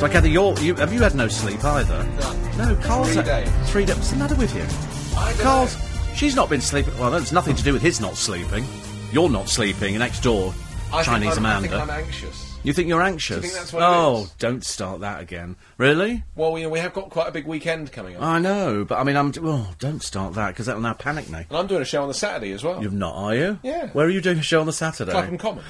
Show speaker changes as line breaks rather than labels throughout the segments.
So I gather you're, you have you had no sleep either?
None.
No, Carl's
Three
had-
days.
Three days. What's the matter with you?
I don't
Carl's.
know.
She's not been sleeping. Well, that's nothing to do with his not sleeping. You're not sleeping. Next door,
I think
Chinese
I'm-
Amanda.
I think I'm anxious.
you think you're anxious?
think that's what it
oh,
is?
don't start that again. Really?
Well, you know, we have got quite a big weekend coming up.
I know, but I mean, I'm. Well, don't start that because that'll now panic me.
and I'm doing a show on the Saturday as well.
You've not, are you?
Yeah.
Where are you doing a show on the Saturday?
Clapham Common.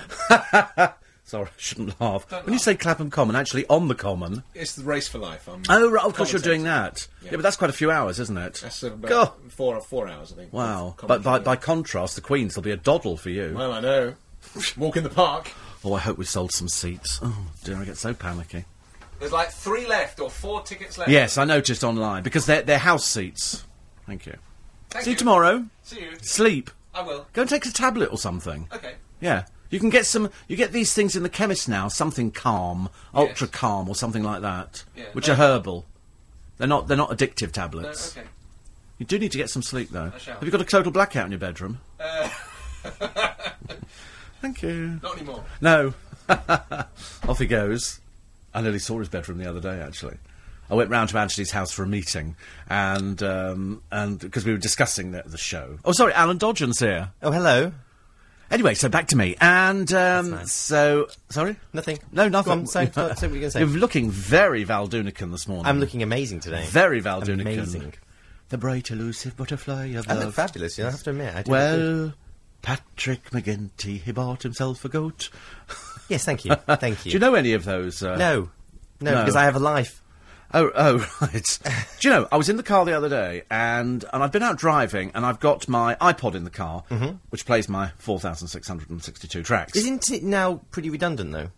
Sorry, I shouldn't laugh.
Don't
when you
laugh.
say Clapham Common, actually on the Common.
It's the race for life. I'm
Oh, right, of course you're
commentating.
doing that. Yeah.
Yeah.
but that's quite a few hours, isn't it?
That's uh, about
God.
four four hours, I think.
Wow.
Commentating.
But by, by contrast, the Queen's will be a doddle for you.
well, I know. Walk in the park.
Oh, I hope we sold some seats. Oh, dear, I get so panicky.
There's like three left or four tickets left.
Yes, I noticed online because they're, they're house seats. Thank you.
Thank
See you tomorrow.
See you.
Sleep.
I will.
Go and take a tablet or something.
Okay.
Yeah. You can get some. You get these things in the chemist now. Something calm, ultra calm, or something like that,
Yeah.
which are herbal. They're not. They're not addictive
No,
tablets.
okay.
You do need to get some sleep though.
I shall.
Have you got a total blackout in your bedroom? Thank you.
Not anymore.
No. Off he goes. I nearly saw his bedroom the other day, actually. I went round to Anthony's house for a meeting, and um, and because we were discussing the, the show. Oh, sorry, Alan Dodgen's here.
Oh, hello.
Anyway, so back to me, and um,
nice.
so sorry,
Nothing.
No,
Go
nothing.
on, say- say what you're gonna say.
You're looking very Valdunican this morning.
I'm looking amazing today.
very Valdunican.
Amazing.
The bright, elusive butterfly of
I
love.
look fabulous, you know, I have to admit. I do look
Well, Patrick McGinty, he bought himself a goat.
good. Yes, thank you. Thank you.
Do you know any of those? Uh,
No. No,
No.
because I have a life.
Oh, oh, right. Do you know, I was in the car the other day, and and I'd been out driving, and I've got my iPod in the car, which plays my 4,662 tracks.
Isn't Mm-hmm. it now pretty redundant, though?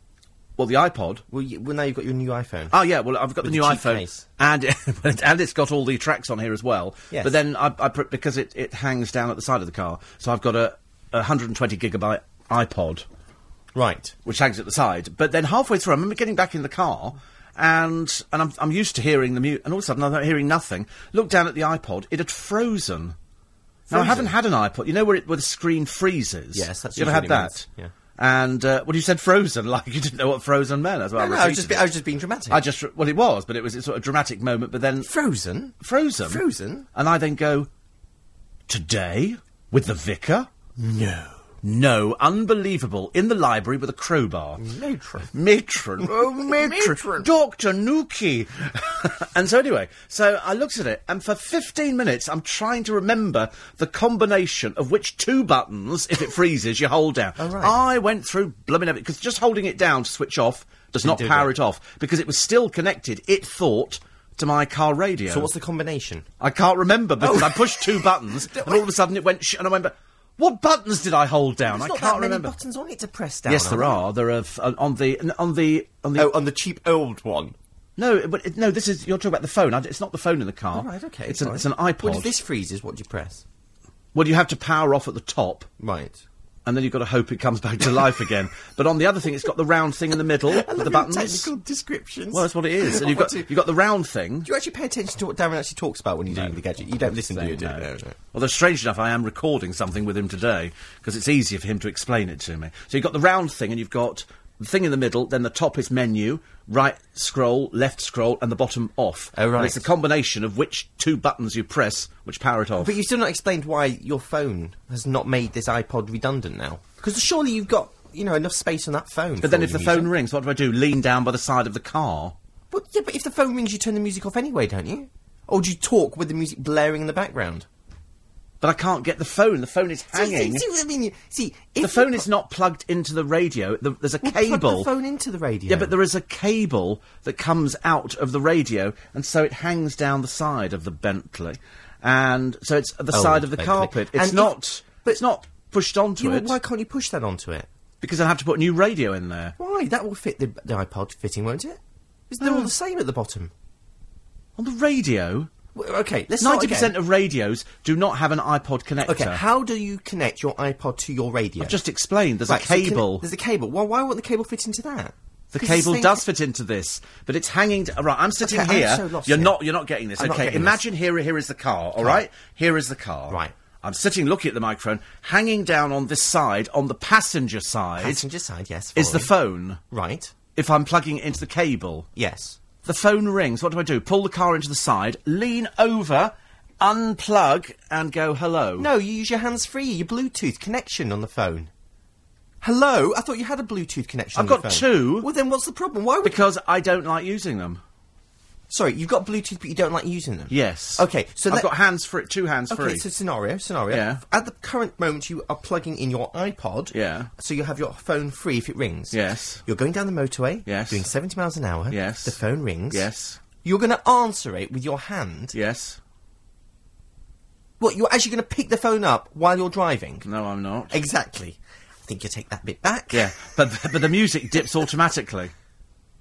well, the iPod.
Well, you, well now you've got your new iPhone.
Oh yeah, well I've got the
With
new
the cheap
iPhone,
case.
and and it's got all the tracks on here as well.
Yes.
But then I, I pr- because it, it hangs down at the side of the car, so I've got a, a 120 gigabyte iPod
Right.
which hangs at the side. But then halfway through, I remember getting back in the car, and and I'm, I'm used to hearing the mute, and all of a sudden I'm hearing nothing. Looked down at the iPod; it had frozen. Now I haven't had an iPod. You know where it, where the screen freezes.
Yes, that's
you ever had
usually what it
that.
means,
And uh, well, you said frozen, like you didn't know what frozen meant. That's why
No, no,
I,
I was
repeated
just,
it.
be- I was just being dramatic.
I just re- well, it was, but it was a sort of dramatic moment. But then
Frozen?
frozen,
Frozen?
and I then go today with the vicar.
No.
No, unbelievable. In the library with a crowbar.
No, tr-
Matron. Oh, matron. Dr. Nuki. and so, anyway, so I looked at it, and for 15 minutes, I'm trying to remember the combination of which two buttons, if it freezes, you hold down.
Oh, right.
I went through blooming everything, because just holding it down to switch off does not
do
power
that.
it off, because it was still connected, it thought, to my car radio.
So what's the Oh. combination?
I can't remember because I pushed two buttons, and all of a sudden it went, sh- and I went, back, what buttons did I hold down? I
There's not
can't
that many
remember.
buttons on it to press down.
Yes, there are. There are f- on the on the on the.
Oh, on the cheap old one.
No, but it, no. This is you're talking about the phone. I d- It's not the phone in the car.
All right, okay.
Oh, It's an,
fine.
it's an iPod.
Well, if this freezes, what do you press?
Well, you have to power off at the top,
Right.
and then you've got to hope it comes back to life again. But on the other thing, it's got the round thing in the middle with the buttons.
Technical descriptions.
Well, that's what it is. And you've got
What
you've
do-
got the round thing.
Do you actually pay attention to what Darren actually talks about when you're doing the gadget? You don't listen to it, do you? No, no.
Although strange enough, I am recording something with him today because it's easier for him to explain it to me. So you've got the round thing, and you've got the thing in the middle. Then the top is menu, right scroll, left scroll, and the bottom off.
Oh, right.
And it's the combination of which two buttons you press which power it off.
But you've still not explained why your phone has not made this iPod redundant now. Because surely you've got, you know, enough space on that phone.
But then if the phone rings, what do I do? Lean down by the side of the car.
Well, yeah, but if the phone rings, you turn the music off anyway, don't you? Or do you talk with the music blaring in the background?
But I can't get the phone. The phone is hanging.
See, see what I mean? You- see, if
The phone
you-
is not plugged into the radio. The, there's a
Well, plug
cable.
the phone into the radio.
Yeah, but there is a cable that comes out of the radio, and so it hangs down the side of the Bentley, and so it's at the
Oh,
side of the
Bentley.
carpet. It's
And if-
not.
but-
it's not pushed onto
You-
it
why can't you push that onto it?
because I have to put a new radio in there.
Why? That will fit the, the iPod fitting, won't it? Because they're all the
Hmm.
same at the bottom.
On the radio,
Well, okay, let's start
ninety percent
again.
of radios do not have an iPod connector.
Okay, how do you connect your iPod to your radio?
I've just explained. There's
Right,
a
so connect-
cable.
there's a cable. Well, why won't the cable fit into that?
The
'Cause it's
cable
thing-
does fit into this, but it's hanging. D- right, I'm sitting
Okay, I'm
here.
so lost
you're
here.
not. You're not getting this.
I'm not
okay,
getting
imagine here. Here is the car. All right. here is the car.
Right.
I'm sitting, looking at the microphone, hanging down on this side, on the passenger side,
Passenger side, yes.
is the
following.
phone.
right?
If I'm plugging it into the cable,
Yes.
The phone rings. What do I do? Pull the car into the side, lean over, unplug, and go hello.
No, you use your hands free, your Bluetooth connection on the phone. Hello? I thought you had a Bluetooth connection.
I've
on the
got
phone.
two.
Well, then what's the problem? Why would.
Because I don't like using them.
Sorry, you've got Bluetooth, but you don't like using them?
Yes.
Okay, so
I've
let-
got hands free, two hands
Okay,
free.
so scenario, scenario.
Yeah.
At the current moment, you are plugging in your iPod.
Yeah.
So you have your phone free if it rings.
Yes.
You're going down the motorway.
Yes.
Doing 70 miles an hour.
Yes.
The phone rings.
Yes.
You're going to answer it with your hand.
Yes.
What? You're actually going to pick the phone up while you're driving.
No, I'm not.
Exactly. I think you take that bit back.
Yeah, but but the music dips automatically.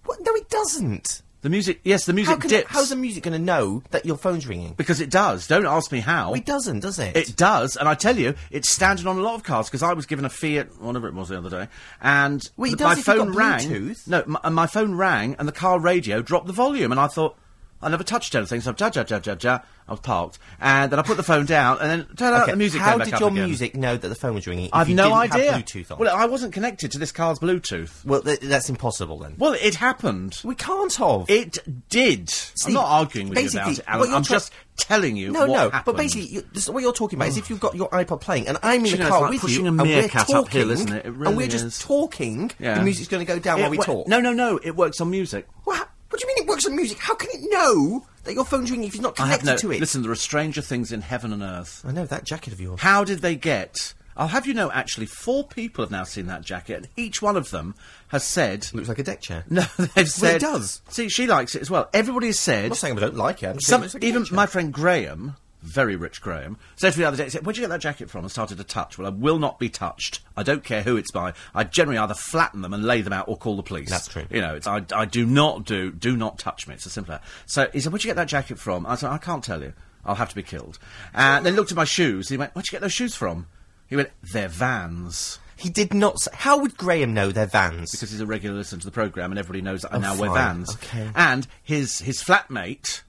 What? No, it doesn't.
The music, yes, the
How
music
can
dips
how's the music going to know that your phone's ringing?
because it does. Don't ask me how.
It doesn't, does it?
It does, and I tell you, it's standard on a lot of cars because I was given a Fiat, whatever it was the other day, and
Well, it
th-
does
my
if you've
phone
got
rang.
Bluetooth.
No, my, and my phone rang, and the car radio dropped the volume, and I thought I never touched anything, so ja ja ja ja ja. I was parked, and then I put the phone down, and then turn out
Okay,
the uh, music.
How
came back
did
up
your
again.
music know that the phone was ringing? if
I've
you
no
didn't have
idea.
Bluetooth on.
Well, uh, I wasn't connected to this car's Bluetooth.
well th- that's impossible then.
Well, it happened.
We can't have.
It did.
See,
I'm not arguing with you
basically,
about it, Alan.
what you're
I'm
try-
just telling you
no,
what
no.
happened.
But basically, you, this, what you're talking about is if you've got your iPod playing, and I'm in
you
the
know,
car
it's like
with
pushing
you,
a
and we're
meerkat
talking,
uphill, isn't it? It
and
really
we're just
is.
talking.
Yeah.
The music's going to go down
It
while we
wo-
talk.
No, no, no. It works on music.
Well, how- what do you mean it works on music? How can it know that your phone's ringing if it's not
I have
connected
no.
to it?
Listen, there are stranger things in heaven and earth.
I know that jacket of yours.
How did they get? I'll have you know. Actually, four people have now seen that jacket, and each one of them has said.
Looks like a deck chair.
No, they've said.
does.
See, she likes it as well. Everybody has said.
I'm not saying I don't like it. I'm just saying
Some,
it looks like a
even
deck chair.
my friend Graham, very rich Graham, said to me the other day, he said, Where'd you get that jacket from? And started to touch. Well, I will not be touched. I don't care who it's by. I generally either flatten them and lay them out or call the police.
That's true.
You know, it's, I, I do not do, do not touch me. It's as simple as that. So he said, Where'd you get that jacket from? I said, I can't tell you. I'll have to be killed. And then he looked at my shoes. He went, Where'd you get those shoes from? He went, They're vans.
He did not. Say, how would Graham know they're vans?
Because he's a regular listener to the programme and everybody knows that I now wear
Oh, fine.
vans.
Okay. Mm.
And his his flatmate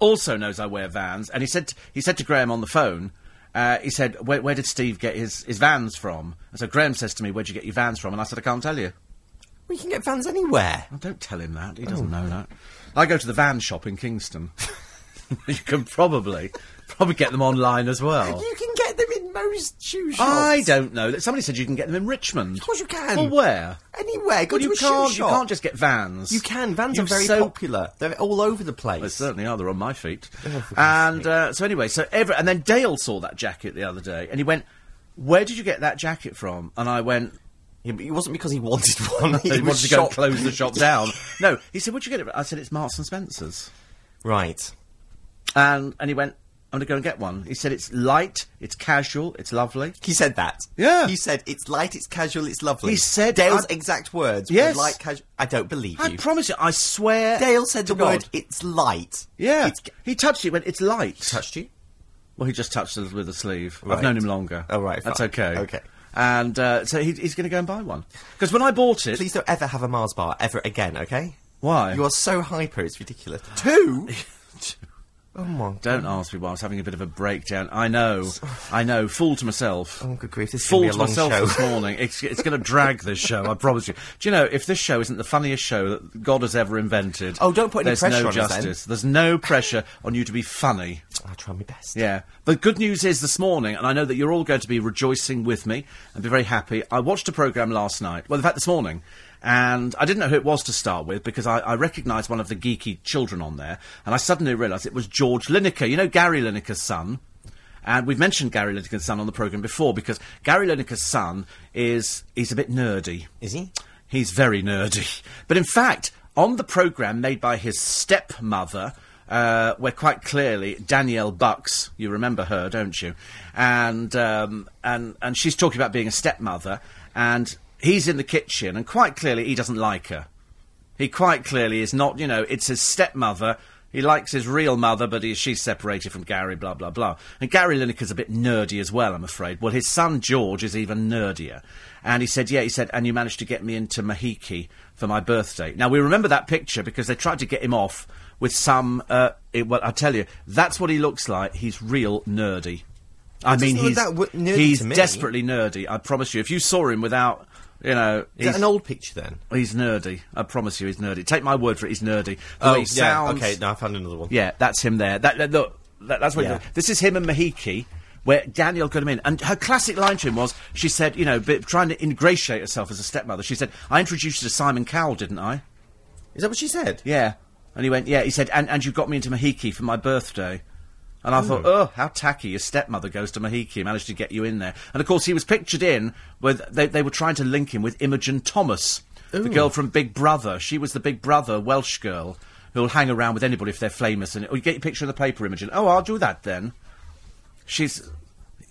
also knows I wear vans. And he said he said to Graham on the phone, uh, he said, where, where did Steve get his, his vans from? And so Graham says to me, Where'd you get your vans from? And I said, I can't tell you.
we can get vans anywhere.
Oh, don't tell him that. He doesn't
Oh.
know that. I go to the van shop in Kingston. you can probably probably get them online as well.
You can get them in most shoe shops.
Oh. I don't know. Somebody said you can get them in Richmond.
Of course you can.
Well, where?
Anywhere. Go
Well,
to
you
a shoe
can't. You
shop.
can't just get vans.
You can. Vans
You've
are very
so- uh,
popular. They're all over the place.
They certainly are. They're on my feet.
Oh, for goodness
and uh, so anyway, so ever and then Dale saw that jacket the other day, and he went, "Where did you get that jacket from?" And I went,
Yeah, but it wasn't because he wanted one.
"He
was
wanted to go and
shocked.
close the shop down." No, he said, "Where'd you get it?" from?" I said, "It's Marks and Spencers,"
Right.
and and he went, "I'm going to go and get one." He said, "It's light, it's casual, it's lovely."
He said that.
Yeah.
He said it's light, it's casual, it's lovely.
He said
Dale's
I'd-
exact words. were
Yes.
Light, casual. I don't believe
I
you.
promise you, I swear.
Dale said
to
the word.
God.
It's light.
Yeah,
It's ca-
he touched it. Went, it's light.
touched you.
Well, he just touched us with a sleeve. I've
Right.
known him longer.
Oh, right,
That's
fine.
okay.
Okay.
And uh, so he, he's going to go and buy one. Because when I bought it.
Please don't ever have a Mars bar ever again. Okay.
Why?
You are so hyper. It's ridiculous. Two. oh my. God.
Don't ask me why I was having a bit of a breakdown. I know. I know. Fool to myself.
Oh, good grief! This is
Fool
gonna be
to
a long
myself
show.
this morning. It's, it's going to drag this show, I promise you. Do you know, if this show isn't the funniest show that God has ever invented.
Oh, don't put any
There's
pressure
no
on us, then.
justice. There's no pressure on you to be funny.
I'll try my best.
Yeah. The good news is this morning, and I know that you're all going to be rejoicing with me and be very happy. I watched a programme last night, well, in fact, this morning, and I didn't know who it was to start with because I, I recognised one of the geeky children on there, and I suddenly realised it was George Lineker. You know Gary Lineker's son? And we've mentioned Gary Lineker's son on the programme before because Gary Lineker's son is he's a bit nerdy.
Is he?
He's very nerdy. But in fact, on the programme made by his stepmother, uh, where quite clearly Danielle Bucks, you remember her, don't you? And, um, and, and she's talking about being a stepmother, and he's in the kitchen, and quite clearly he doesn't like her. He quite clearly is not, you know, it's his stepmother. He likes his real mother, but he, she's separated from Gary, blah, blah, blah. And Gary Lineker's a bit nerdy as well, I'm afraid. Well, his son George is even nerdier. And he said, yeah, he said, and you managed to get me into Mahiki for my birthday. Now, we remember that picture because they tried to get him off with some, uh, it, well, I tell you, that's what he looks like. He's real nerdy. I mean,
doesn't look
he's,
that w- nerdy
he's
to me.
desperately nerdy, I promise you. If you saw him without You know,
Is that
he's,
an old picture then?
he's nerdy. I promise you, he's nerdy. Take my word for it, he's nerdy. The way he sounds-
Oh, Okay, now I found another one.
Yeah, that's him there. That, that- look, that, that's what.
Yeah.
This is him and Mahiki, where Daniel got him in, and her classic line to him was, she said, you know, bit, trying to ingratiate herself as a stepmother. She said, "I introduced you to Simon Cowell, didn't I?"
Is that what she said?
Yeah, and he went, "Yeah." He said, "And and you got me into Mahiki for my birthday." And I
Hmm.
thought, oh, how tacky! Your stepmother goes to Mahiki, managed to get you in there. And of course, he was pictured in with they, they were trying to link him with Imogen Thomas, the girl from Big Brother. She was the Big Brother Welsh girl who'll hang around with anybody if they're famous. And oh, you get your picture in the paper, Imogen. Oh, I'll do that then. She's.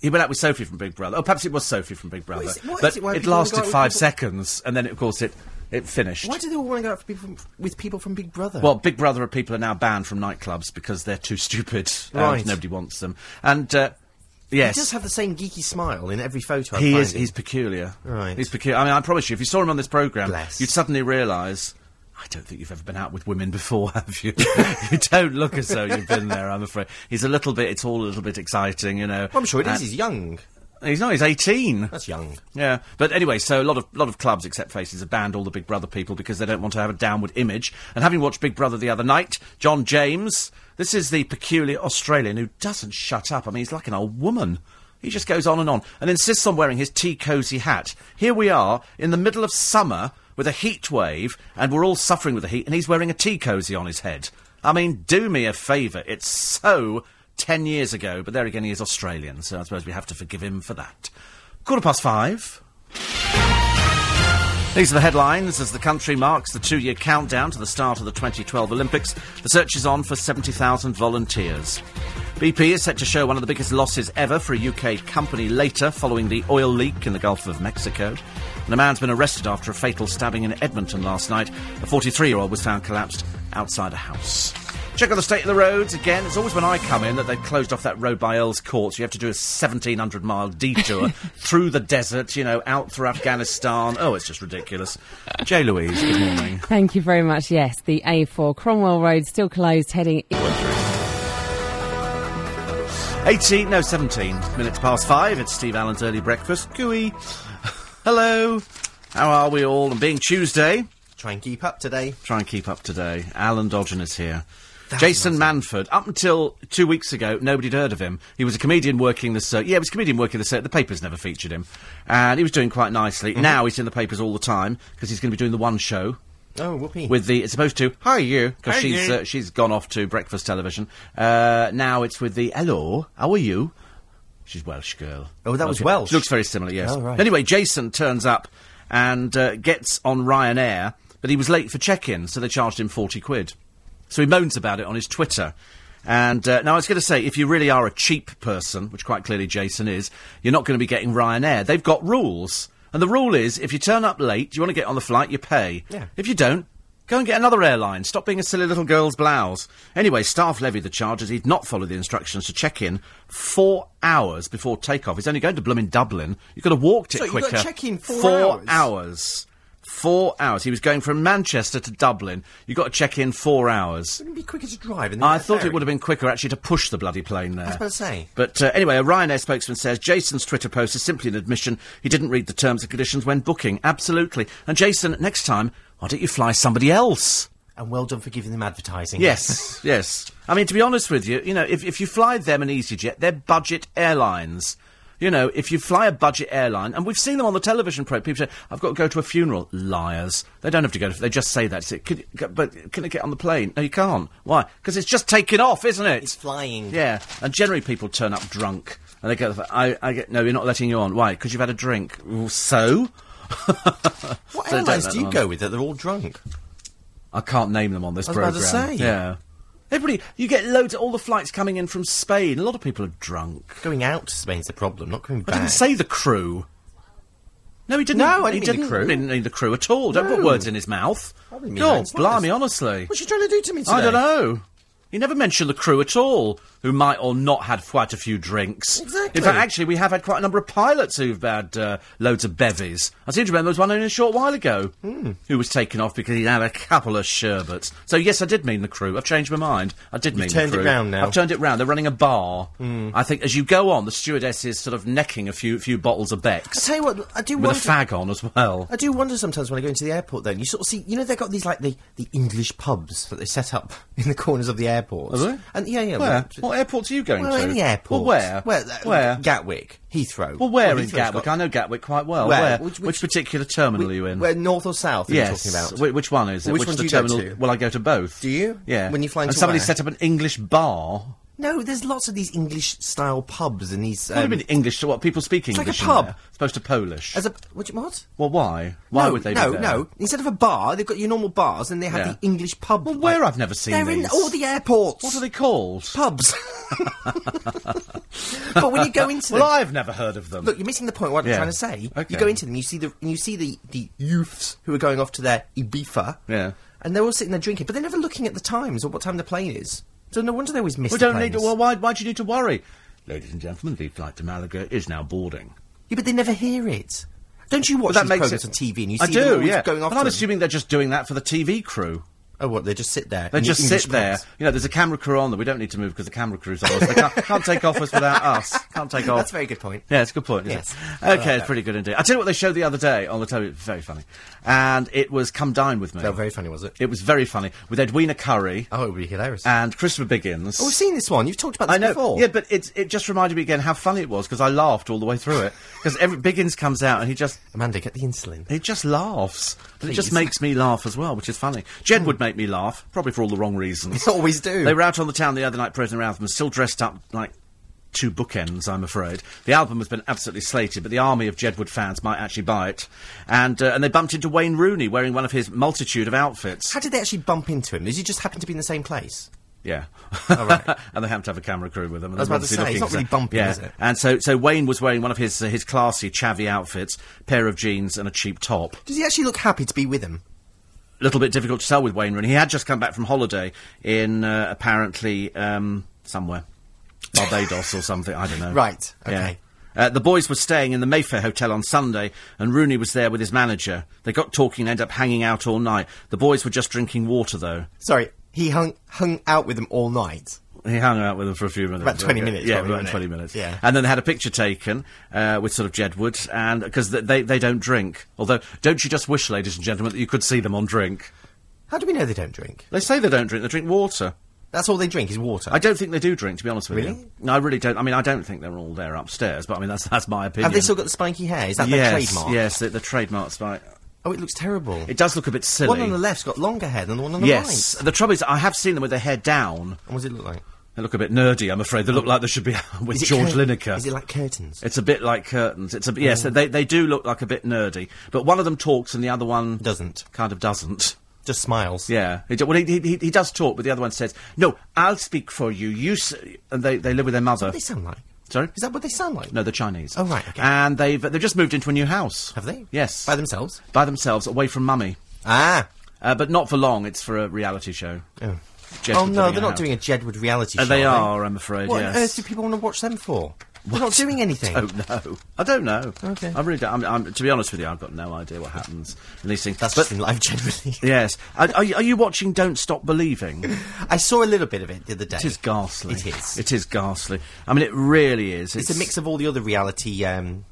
He went out with Sophie from Big Brother. Oh, perhaps it was Sophie from Big Brother.
is it- what
but
is it why
it
people wanna go
lasted
out with
five
people-
seconds, and then of course it it finished.
Why do they all want to go out for people from, with people from Big Brother?
Well, Big Brother of people are now banned from nightclubs because they're too stupid and
Right.
nobody wants them. And uh,
he does
yes,
have the same geeky smile in every photo. I'm
he is.
finding.
He's peculiar.
Right.
He's peculiar. I mean, I promise you, if you saw him on this program,
Bless.
you'd suddenly realise. I don't think you've ever been out with women before, have you? you don't look as though you've been there. I'm afraid he's a little bit. It's all a little bit exciting, you know.
Well, I'm sure it is.
And-
He's young.
He's not. He's 18.
That's young.
Yeah, but anyway, so a lot of lot of clubs, except Faces, have banned all the Big Brother people because they don't want to have a downward image. And having watched Big Brother the other night, John James, this is the peculiar Australian who doesn't shut up. I mean, he's like an old woman. He just goes on and on and insists on wearing his tea cosy hat. Here we are in the middle of summer with a heat wave, and we're all suffering with the heat, and he's wearing a tea cosy on his head. I mean, do me a favour. It's so ten years ago, but there again, he is Australian, so I suppose we have to forgive him for that. Quarter past five. These are the headlines as the country marks the two year countdown to the start of the 2012 Olympics. The search is on for 70,000 volunteers. BP is set to show one of the biggest losses ever for a UK company later following the oil leak in the Gulf of Mexico. And a man's been arrested after a fatal stabbing in Edmonton last night. A 43 year old was found collapsed outside a house. Check on the state of the roads again. It's always when I come in that they've closed off that road by Earl's Court. So you have to do a 1700 mile detour through the desert, you know, out through Afghanistan. Oh, it's just ridiculous. J. Louise, good morning.
Thank you very much. Yes, the A4 Cromwell Road still closed, heading.
18, no, 17 minutes past five. It's Steve Allen's early breakfast. Gooey. Hello. How are we all? And being Tuesday,
Try and keep up today.
try and keep up today. Alan Dodgen is here. Jason Manford, up until two weeks ago, nobody'd heard of him. He was a comedian working the circuit. Yeah, he was a comedian working the circuit. The papers never featured him. And he was doing quite nicely.
Mm-hmm.
Now he's in the papers all the time because he's going to be doing the one show
Oh, whoopee.
with the it's supposed to hi you because
Hi,
she's
you.
Uh, she's gone off to breakfast television. Uh, now it's with the hello, how are you? She's Welsh girl.
Oh, that was
girl.
Welsh.
She looks very similar. Yes.
Oh, right.
Anyway, Jason turns up and uh, gets on Ryanair, but he was late for check-in, so they charged him forty quid. So he moans about it on his Twitter. And uh, now I was going to say, if you really are a cheap person, which quite clearly Jason is, you're not going to be getting Ryanair. They've got rules. And the rule is if you turn up late, you want to get on the flight, you pay.
Yeah.
If you don't, go and get another airline. Stop being a silly little girl's blouse. Anyway, staff levied the charge as he'd not followed the instructions to check in four hours before takeoff. He's only going to Blooming Dublin. You could have walked it
So you've got
quicker.
to check in four hours?
hours. Four hours. He was going from Manchester to Dublin. You've got to check in four hours.
Wouldn't it be quicker to drive? And then
I
get a
thought
ferry?
it would have been quicker actually to push the bloody plane there. I
was about to say.
But uh, anyway, a Ryanair spokesman says Jason's Twitter post is simply an admission he didn't read the terms and conditions when booking. Absolutely. And Jason, next time, why don't you fly somebody else?
And well done for giving them advertising.
Yes, yes. I mean, to be honest with you, you know, if, if you fly them and EasyJet, they're budget airlines. You know, if you fly a budget airline, and we've seen them on the television program, people say, I've got to go to a funeral. Liars. They don't have to go to, they just say that. It's it. Could, c- but can I get on the plane? No, you can't. Why? Because it's just taking off, isn't it?
It's flying.
Yeah, and generally people turn up drunk and they go, I, I get, no, you're not letting you on. Why? Because you've had a drink. Well, So?
What
So don't
airlines
let
do you
them
go with that they're all drunk?
I can't name them on this
I was about
program.
to say.
Yeah. Everybody, you get loads of all the flights coming in from Spain. A lot of people are drunk.
Going out to Spain's the problem, not coming
I
back.
didn't say the crew. No, he didn't.
No, I
he
didn't mean the
didn't,
crew.
didn't mean the crew at all. Don't put
No.
words in his mouth.
I didn't mean
God,
those words.
blimey, honestly.
What's she trying to do to me today?
I don't know. You never mention the crew at all, who might or not had quite a few drinks.
Exactly.
In fact, actually, we have had quite a number of pilots who've had uh, loads of bevies. I seem to remember there was one only a short while ago
Hmm.
who was taken off because he'd had a couple of sherbets. So, yes, I did mean the crew. I've changed my mind. I did mean
turned
the
it
crew.
round now. Hmm.
I've turned it round. They're running a bar. I think as you go on, the stewardess is sort of necking a few few bottles of
I
Beck's
tell you what, I do
with a
wonder.
fag on as well.
I do wonder sometimes when I go into the airport. Then you sort of see, you know, they've got these like the, the English pubs that they set up in the corners of the airports.
Are they?
And yeah, yeah.
Oh, Where?
well,
What airports are you going
Well,
to?
any airport.
Well, where?
Where? uh,
where?
Gatwick, Heathrow.
Well, where in
Heathrow's
Gatwick?
got-
I know Gatwick quite well.
Where?
Where?
Which-
Which,
which-
particular terminal are you in?
Where north or south? Are
yes.
you talking about?
Whi- which one is it?
Which
Which
one
is
do
the
you go
terminal?
to?
Well, I go to both.
Do you?
Yeah.
When you're flying
and
to
somebody
where?
set up an English bar.
No, there's lots of these English-style pubs and these.
What
um,
do you mean English? So what? People speak
It's like a
English? in
pub.
there, as opposed to Polish.
As a what? do you- what?
well, why? Why
no,
would they?
No,
be there?
no. Instead of a bar, they've got your normal bars, and they have
Yeah.
the English pub.
Well, where I've never seen
They're in
these.
all the airports.
What are they called?
pubs? but when you go into
Well,
them,
I've never heard of them.
look, you're missing the point. What
Yeah.
I'm trying to say,
Okay.
you go into them, you see the you see the the youths who are going off to their Ibiza,
Yeah.
and they're all sitting there drinking, but they're never looking at the times or what time the plane is. So no wonder they always miss.
we
the
don't need. To,
planes.
well, why? Why do you need to worry? Ladies and gentlemen, the flight to Malaga is now boarding.
Yeah, but they never hear it. Don't you watch
But that
these
makes
programs
it
on TV and you
I
see
do,
them always
yeah.
going off?
and I'm
to them?
assuming they're just doing that for the TV crew.
Oh, what? They just sit there.
They
in the
just
English
sit there.
pubs.
You know, there's a camera crew on there. We don't need to move because the camera crew's on us. They can't, can't take off us without us. Can't take off.
That's a very good point.
Yeah, it's a good point. Isn't
Yes.
It?
I
Okay,
like
it's
that.
pretty good indeed. I tell you what they showed the other day on the television. Very funny, and it was "Come Dine with Me."
No, very funny, was it?
It was very funny with Edwina Curry
Oh, it would be hilarious.
and Christopher Biggins.
oh, we've seen this one. You've talked about this
Uh, I know.
before.
Yeah, but it it just reminded me again how funny it was because I laughed all the way through it because Biggins comes out and he just
Amanda, get the insulin.
It just laughs. And It just
Please. Hmm.
makes me laugh as well, which is funny. Jed would make me laugh, probably for all the wrong reasons.
They always do.
They were out on the town the other night, President Altham, still dressed up like two bookends, I'm afraid. The album has been absolutely slated, but the army of Jedwood fans might actually buy it. And, uh, and they bumped into Wayne Rooney wearing one of his multitude of outfits.
How did they actually bump into him? Did he just happen to be in the same place?
Yeah.
Oh, right.
and they happen to have a camera crew with them. And
I was
they're
about to
obviously
say, it's
looking
not
for-
really bumping,
yeah.
is it?
And so, so Wayne was wearing one of his, uh, his classy, chavvy outfits, pair of jeans and a cheap top.
Does he actually look happy to be with him?
little bit difficult to tell with Wayne Rooney. He had just come back from holiday in uh, apparently um, somewhere Barbados or something. I don't know.
Right, okay.
Uh, the boys were staying in the Mayfair Hotel on Sunday, and Rooney was there with his manager. They got talking and ended up hanging out all night. The boys were just drinking water, though.
Sorry, he hung hung out with him all night.
He hung out with them for a few minutes.
About 20 minutes,
Yeah,
probably,
about
wasn't it?
20 minutes.
Yeah.
And then they had a picture taken uh, with sort of Jedwood, and because they, they, they don't drink. Although, don't you just wish, ladies and gentlemen, that you could see them on drink?
How do we know they don't drink?
They say they don't drink, they drink water.
That's all they drink is water.
I don't think they do drink, to be honest with
Really?
you. No, I really don't. I mean, I don't think they're all there upstairs, but I mean, that's that's my opinion.
Have they still got the spiky hair? Is that
yes,
their trademark?
Yes, the, the trademark's right.
Oh, it looks terrible.
It does look a bit silly.
the one on the left's got longer hair than the one on the
yes,
right.
the trouble is, I have seen them with their hair down.
And What does it look like?
They look a bit nerdy, I'm afraid. They look like they should be with
Is it
George
cur-
Lineker.
Is it like Oh. curtains?
It's a bit like curtains. It's a yes, they they do look like a bit nerdy, but one of them talks and the other one
Doesn't.
Kind of doesn't.
Just smiles.
Yeah, he, do- well, he, he, he- he does talk, but the other one says, "No, I'll speak for you." You s-, and they they live with their mother.
What do they sound like?
Sorry,
Is that what they sound like?
No, they're Chinese.
Oh, right, okay.
And they've they've just moved into a new house.
Have they?
Yes.
By themselves?
By themselves, away from mummy,
Ah.
uh, but not for long. It's for a reality show.
Oh,
Jedward's
Oh, no,
living
they're
in a
not
house.
doing a Jedward reality
Uh,
show.
they
are
are, I'm afraid.
What uh,
yes. Oh.
on earth do people want to watch them for? They're not doing anything.
I don't know. I don't know.
Okay.
I really don't. I'm, I'm, to be honest with you, I've got no idea what happens in these things.
That's
but,
just in life generally.
yes. Are, are, you, are you watching Don't Stop Believing? it
I saw a little bit of it the other day.
is ghastly.
It is.
It is ghastly. I mean, it really is.
It's a mix of all the other reality um,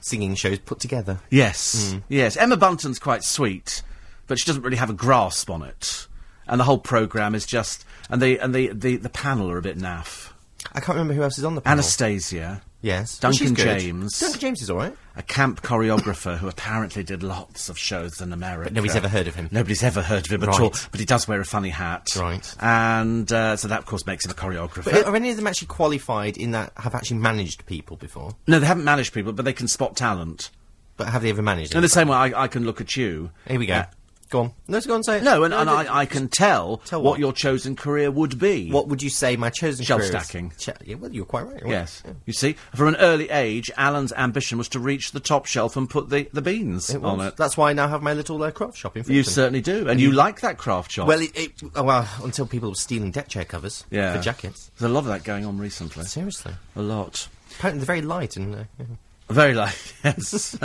singing shows put together. Hmm.
Yes, yes. Emma Bunton's quite sweet, but she doesn't really have a grasp on it, and the whole program is just and the and the the, the panel are a bit naff.
I can't remember who else is on the panel.
Anastasia,
yes.
Duncan
She's good.
James.
Duncan James is all right.
a camp choreographer who apparently did lots of shows in America, but
nobody's ever heard of him.
Nobody's ever heard of him
Right.
at all, but he does wear a funny hat,
Right.
And uh, so that, of course, makes him a choreographer.
But uh, are any of them actually qualified in that have actually managed people before?
no, they haven't managed people, but they can spot talent.
But have they ever managed?
In the
anybody?
same way, I, I can look at you.
Here we go.
Uh,
Go on. No, go on, say it.
No, and, and I, I can tell,
Tell
what
what?
your chosen career would be.
What would you say my chosen
Shelf
career is?
stacking.
Ch- yeah, well, you're quite right. you're right.
Yes.
Yeah.
You see, from an early age, Alan's ambition was to reach the top shelf and put the, the beans
It
on
was.
it.
That's why I now have my little uh, craft shop in Fulton.
You certainly do. And you like that craft shop.
Well, it, it, oh, well, until people were stealing deck chair covers
yeah.
for jackets.
There's a lot of that going on recently.
Seriously.
A lot.
Apparently they're very light and... Uh, yeah.
Very like, yes.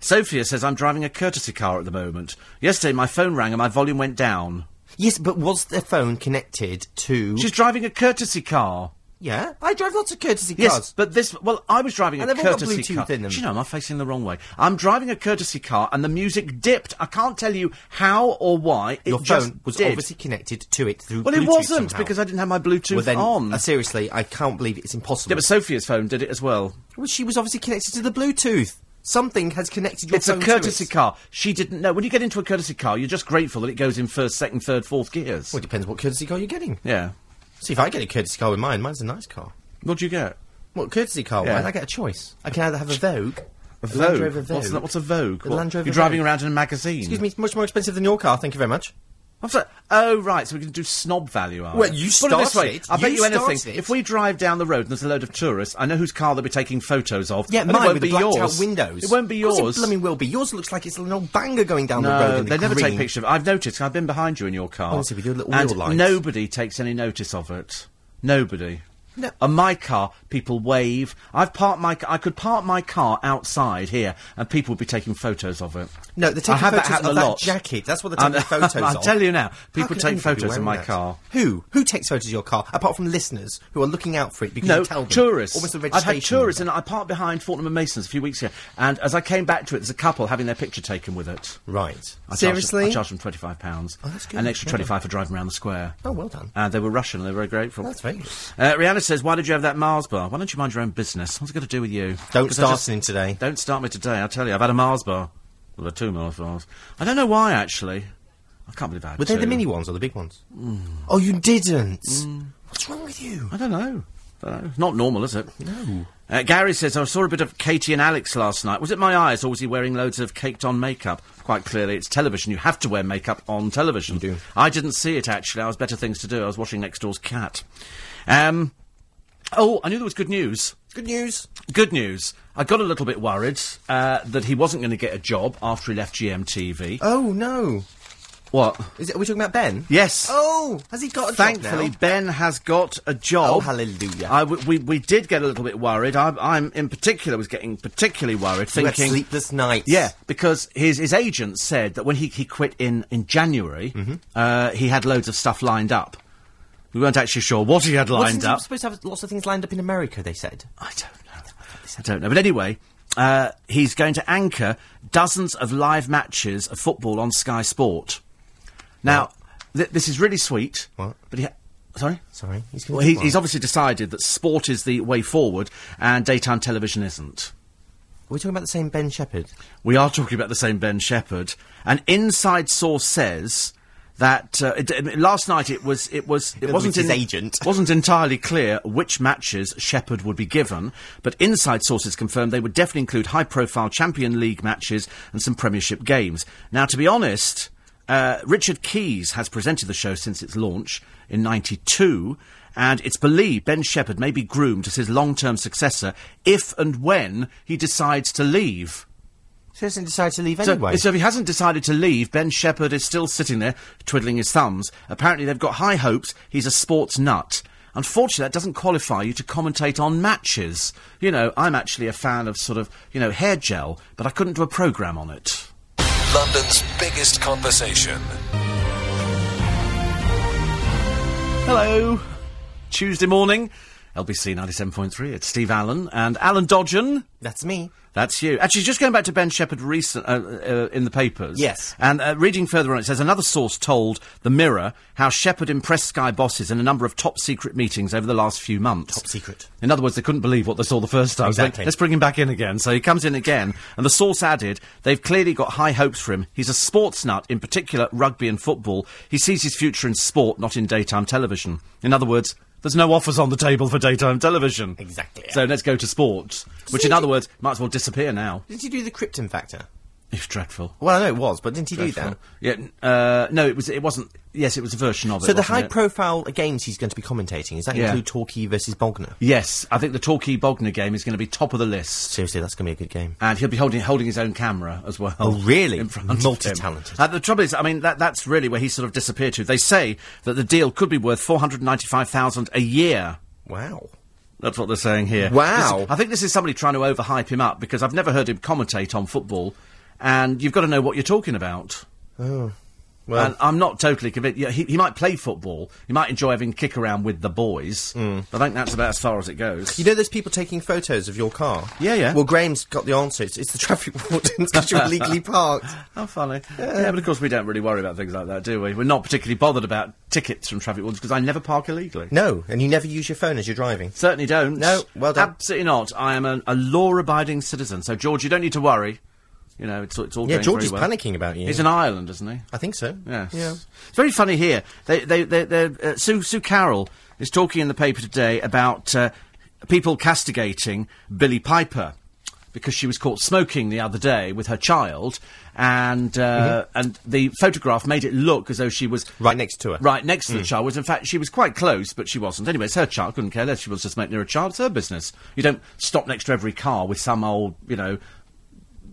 Sophia says, I'm driving a courtesy car at the moment. Yesterday, my phone rang and my volume went down.
Yes, but was the phone connected to...
She's driving a courtesy car.
Yeah? I drive lots of courtesy
Yes,
cars.
but this. Well, I was driving
And
a
they've all got
courtesy
Bluetooth
car.
in them.
Do you know, I'm facing the wrong way. I'm driving a courtesy car, and the music dipped. I can't tell you how or why. It
Your
just
phone was
did.
obviously connected to it through
Well,
Bluetooth
it wasn't
somehow.
because I didn't have my Bluetooth
Well, then,
on.
uh, seriously, I can't believe it's impossible.
yeah, but Sophia's phone did it as well.
Well, she was obviously connected to the Bluetooth. Something has connected your
it's a
phone
courtesy
to it.
car. She didn't know. When you get into a courtesy car, you're just grateful that it goes in first, second, third, fourth gears.
Well, it depends what courtesy car you're getting.
Yeah.
See, if I get a courtesy car with mine, mine's a nice car.
What do you get?
What courtesy car?
Yeah.
Mine, I get a choice. I can either have a Vogue, a Land
Vogue.
Rover Vogue.
What's, that, what's a Vogue?
A
What,
Land Rover
you're driving
Vogue.
around in a magazine.
Excuse me, it's much more expensive than your car. Thank you very much.
I'm sorry. Oh, right. So we can do snob value. Are
Well,
we?
you
Put it this
started
way.
it.
I bet
You
you anything.
started it.
If we drive down the road and there's a load of tourists, I know whose car they'll be taking photos of.
Yeah,
and
mine
it won't
with
be
the blacked
yours.
out windows.
It won't be
Of course
yours.
It blooming will be. Yours looks like it's an old banger going down the road.
no,
in
they
the
never take
green.
pictures. I've noticed. I've been behind you in your car.
Honestly, with your little
and
wheel lights.
nobody takes any notice of it. Nobody.
No.
On my car, people wave. I've parked my. ca- I could park my car outside here, and people would be taking photos of it.
No, they're taking
I have
photos
that happen
of
a
that
lot.
jacket. That's what they're taking
I'm-
photos
I'll
of.
tell you now,
How
people
can
take
anybody be
photos of
wearing
my
that?
car.
Who? Who takes photos of your car? Apart from listeners who are looking out for it because
No,
you tell them.
tourists.
Almost the
I've
registration.
had tourists,
number.
and I parked behind Fortnum and Mason's a few weeks ago, and as I came back to it, there's a couple having their picture taken with it.
Right.
I
Seriously?
charged, I charged them twenty five pounds,
Oh, that's good.
an extra
Well
twenty five for driving around the square.
Oh, well done.
And they were Russian, and they were very grateful.
That's very good.
Uh, Rihanna says, "Why did you have that Mars bar? Why don't you mind your own business? What's it got to do with you?
Don't
'Cause I
start
just-
in today.
Don't start me today. I tell you, I've had a Mars bar. Well, there are two Mars bars. I don't know why actually. I can't believe I had
Were they
two.
the mini ones or the big ones?
Hmm.
Oh, you didn't. What's wrong with you?
I don't know. don't know. Not normal, is it? No. Uh, Gary says, I saw a bit of Katie and Alex last night. Was it my eyes or was he wearing loads of caked on makeup? Quite clearly, it's television. You have to wear makeup on television.
do.
I didn't see it, actually. I was better things to do. I was watching Next Door's Cat. Um, oh, I knew there was good news.
Good news.
Good news. I got a little bit worried uh, that he wasn't going to get a job after he left GMTV.
Oh no.
what?
Is it? Are we talking about Ben?
Yes.
Oh, has he got a
Thankfully,
job
Ben has got a job.
Oh, hallelujah.
I w- we, we did get a little bit worried. I, I'm in particular was getting particularly worried,
now? You had
thinking,
sleepless nights.
yeah, because his his agent said that when he, he quit in in January,
Mm-hmm.
uh, he had loads of stuff lined up. We weren't actually sure what he had lined
Wasn't he
up.
supposed to have lots of things lined up in America? They said.
I don't know. I don't know. But anyway, uh, he's going to anchor dozens of live matches of football on Sky Sport. Now, th- this is really sweet.
What?
But he ha- sorry.
Sorry, he's gonna
Well, he,
do
he's
what?
obviously decided that sport is the way forward and daytime television isn't.
We're talking about the same Ben Shepherd.
We are talking about the same Ben Shepherd. An inside source says that uh, it, I mean, last night it was it was it
other
wasn't
words, his
en-
agent.
wasn't entirely clear which matches Shepherd would be given, but inside sources confirmed they would definitely include high profile Champion League matches and some Premiership games. Now, to be honest. Uh, Richard Keys has presented the show since its launch in 92, and it's believed Ben Shepherd may be groomed as his long term successor if and when he decides to leave.
So he hasn't decided to leave
So,
anyway.
so if he hasn't decided to leave, Ben Shepherd is still sitting there twiddling his thumbs. Apparently, they've got high hopes. He's a sports nut. Unfortunately, that doesn't qualify you to commentate on matches. You know, I'm actually a fan of sort of, you know, hair gel, but I couldn't do a programme on it.
London's biggest conversation.
Hello. Tuesday morning, LBC 97.3. It's Steve Allen and Alan Dodgen.
That's me.
That's you. Actually, just going back to Ben Shepherd recent, uh, uh, in the papers.
Yes.
And uh, reading further on, it says another source told The Mirror how Shepherd impressed Sky bosses in a number of top secret meetings over the last few months.
Top secret.
In other words, they couldn't believe what they saw the first time. So
Exactly.
Let's bring him back in again. So he comes in again, and the source added, they've clearly got high hopes for him. He's a sports nut, in particular rugby and football. He sees his future in sport, not in daytime television. In other words, there's no offers on the table for daytime television.
Exactly.
So let's go to sports, which, in other words, might as well disappear now.
Did you do the Krypton factor?
If dreadful.
Well, I know it was, but didn't he do that?
Yeah. n- Uh, no, it was. It wasn't. Yes, it was a version of it.
So the
wasn't it?
high-profile games he's going to be commentating, does that
Yeah.
include Torquay versus Bogner?
Yes, I think the Torquay Bogner game is going to be top of the list.
Seriously, that's going to be a good game.
And he'll be holding holding his own camera as well.
Oh, really?
In front of him.
Multi-talented.
Uh, the trouble is, I mean, that that's really where he sort of disappeared to. They say that the deal could be worth four hundred ninety five thousand a year.
Wow.
That's what they're saying here.
Wow.
This is- I think this is somebody trying to overhype him up because I've never heard him commentate on football, and you've got to know what you're talking about.
Well,
and I'm not totally convinced. Yeah, he, he might play football. He might enjoy having a kick around with the boys.
Hmm.
But I think that's about as far as it goes.
you know there's people taking photos of your car?
Yeah, yeah.
Well, Graham's got the answer. It's, it's the traffic wardens because you were legally parked.
How funny. Yeah. but of course we don't really worry about things like that, do we? We're not particularly bothered about tickets from traffic wardens because I never park illegally.
No, and you never use your phone as you're driving.
Certainly don't.
No, well done.
Absolutely not. I am an, a law-abiding citizen. So, George, you don't need to worry. You know, it's, it's all
Yeah,
going
George
very
is
well.
panicking about you.
He's in Ireland, isn't he?
I think so.
Yes.
Yeah.
It's very funny here. They, they, they, they're, uh, Sue, Sue Carroll is talking in the paper today about uh, people castigating Billy Piper because she was caught smoking the other day with her child, and uh, and the photograph made it look as though she was
Mm-hmm. Right next to her. Mm.
Right next to the child was, in fact, she was quite close, but she wasn't. Anyway, it's her child. Couldn't care less. She wants to smoke near a child. It's her business. You don't stop next to every car with some old, you know,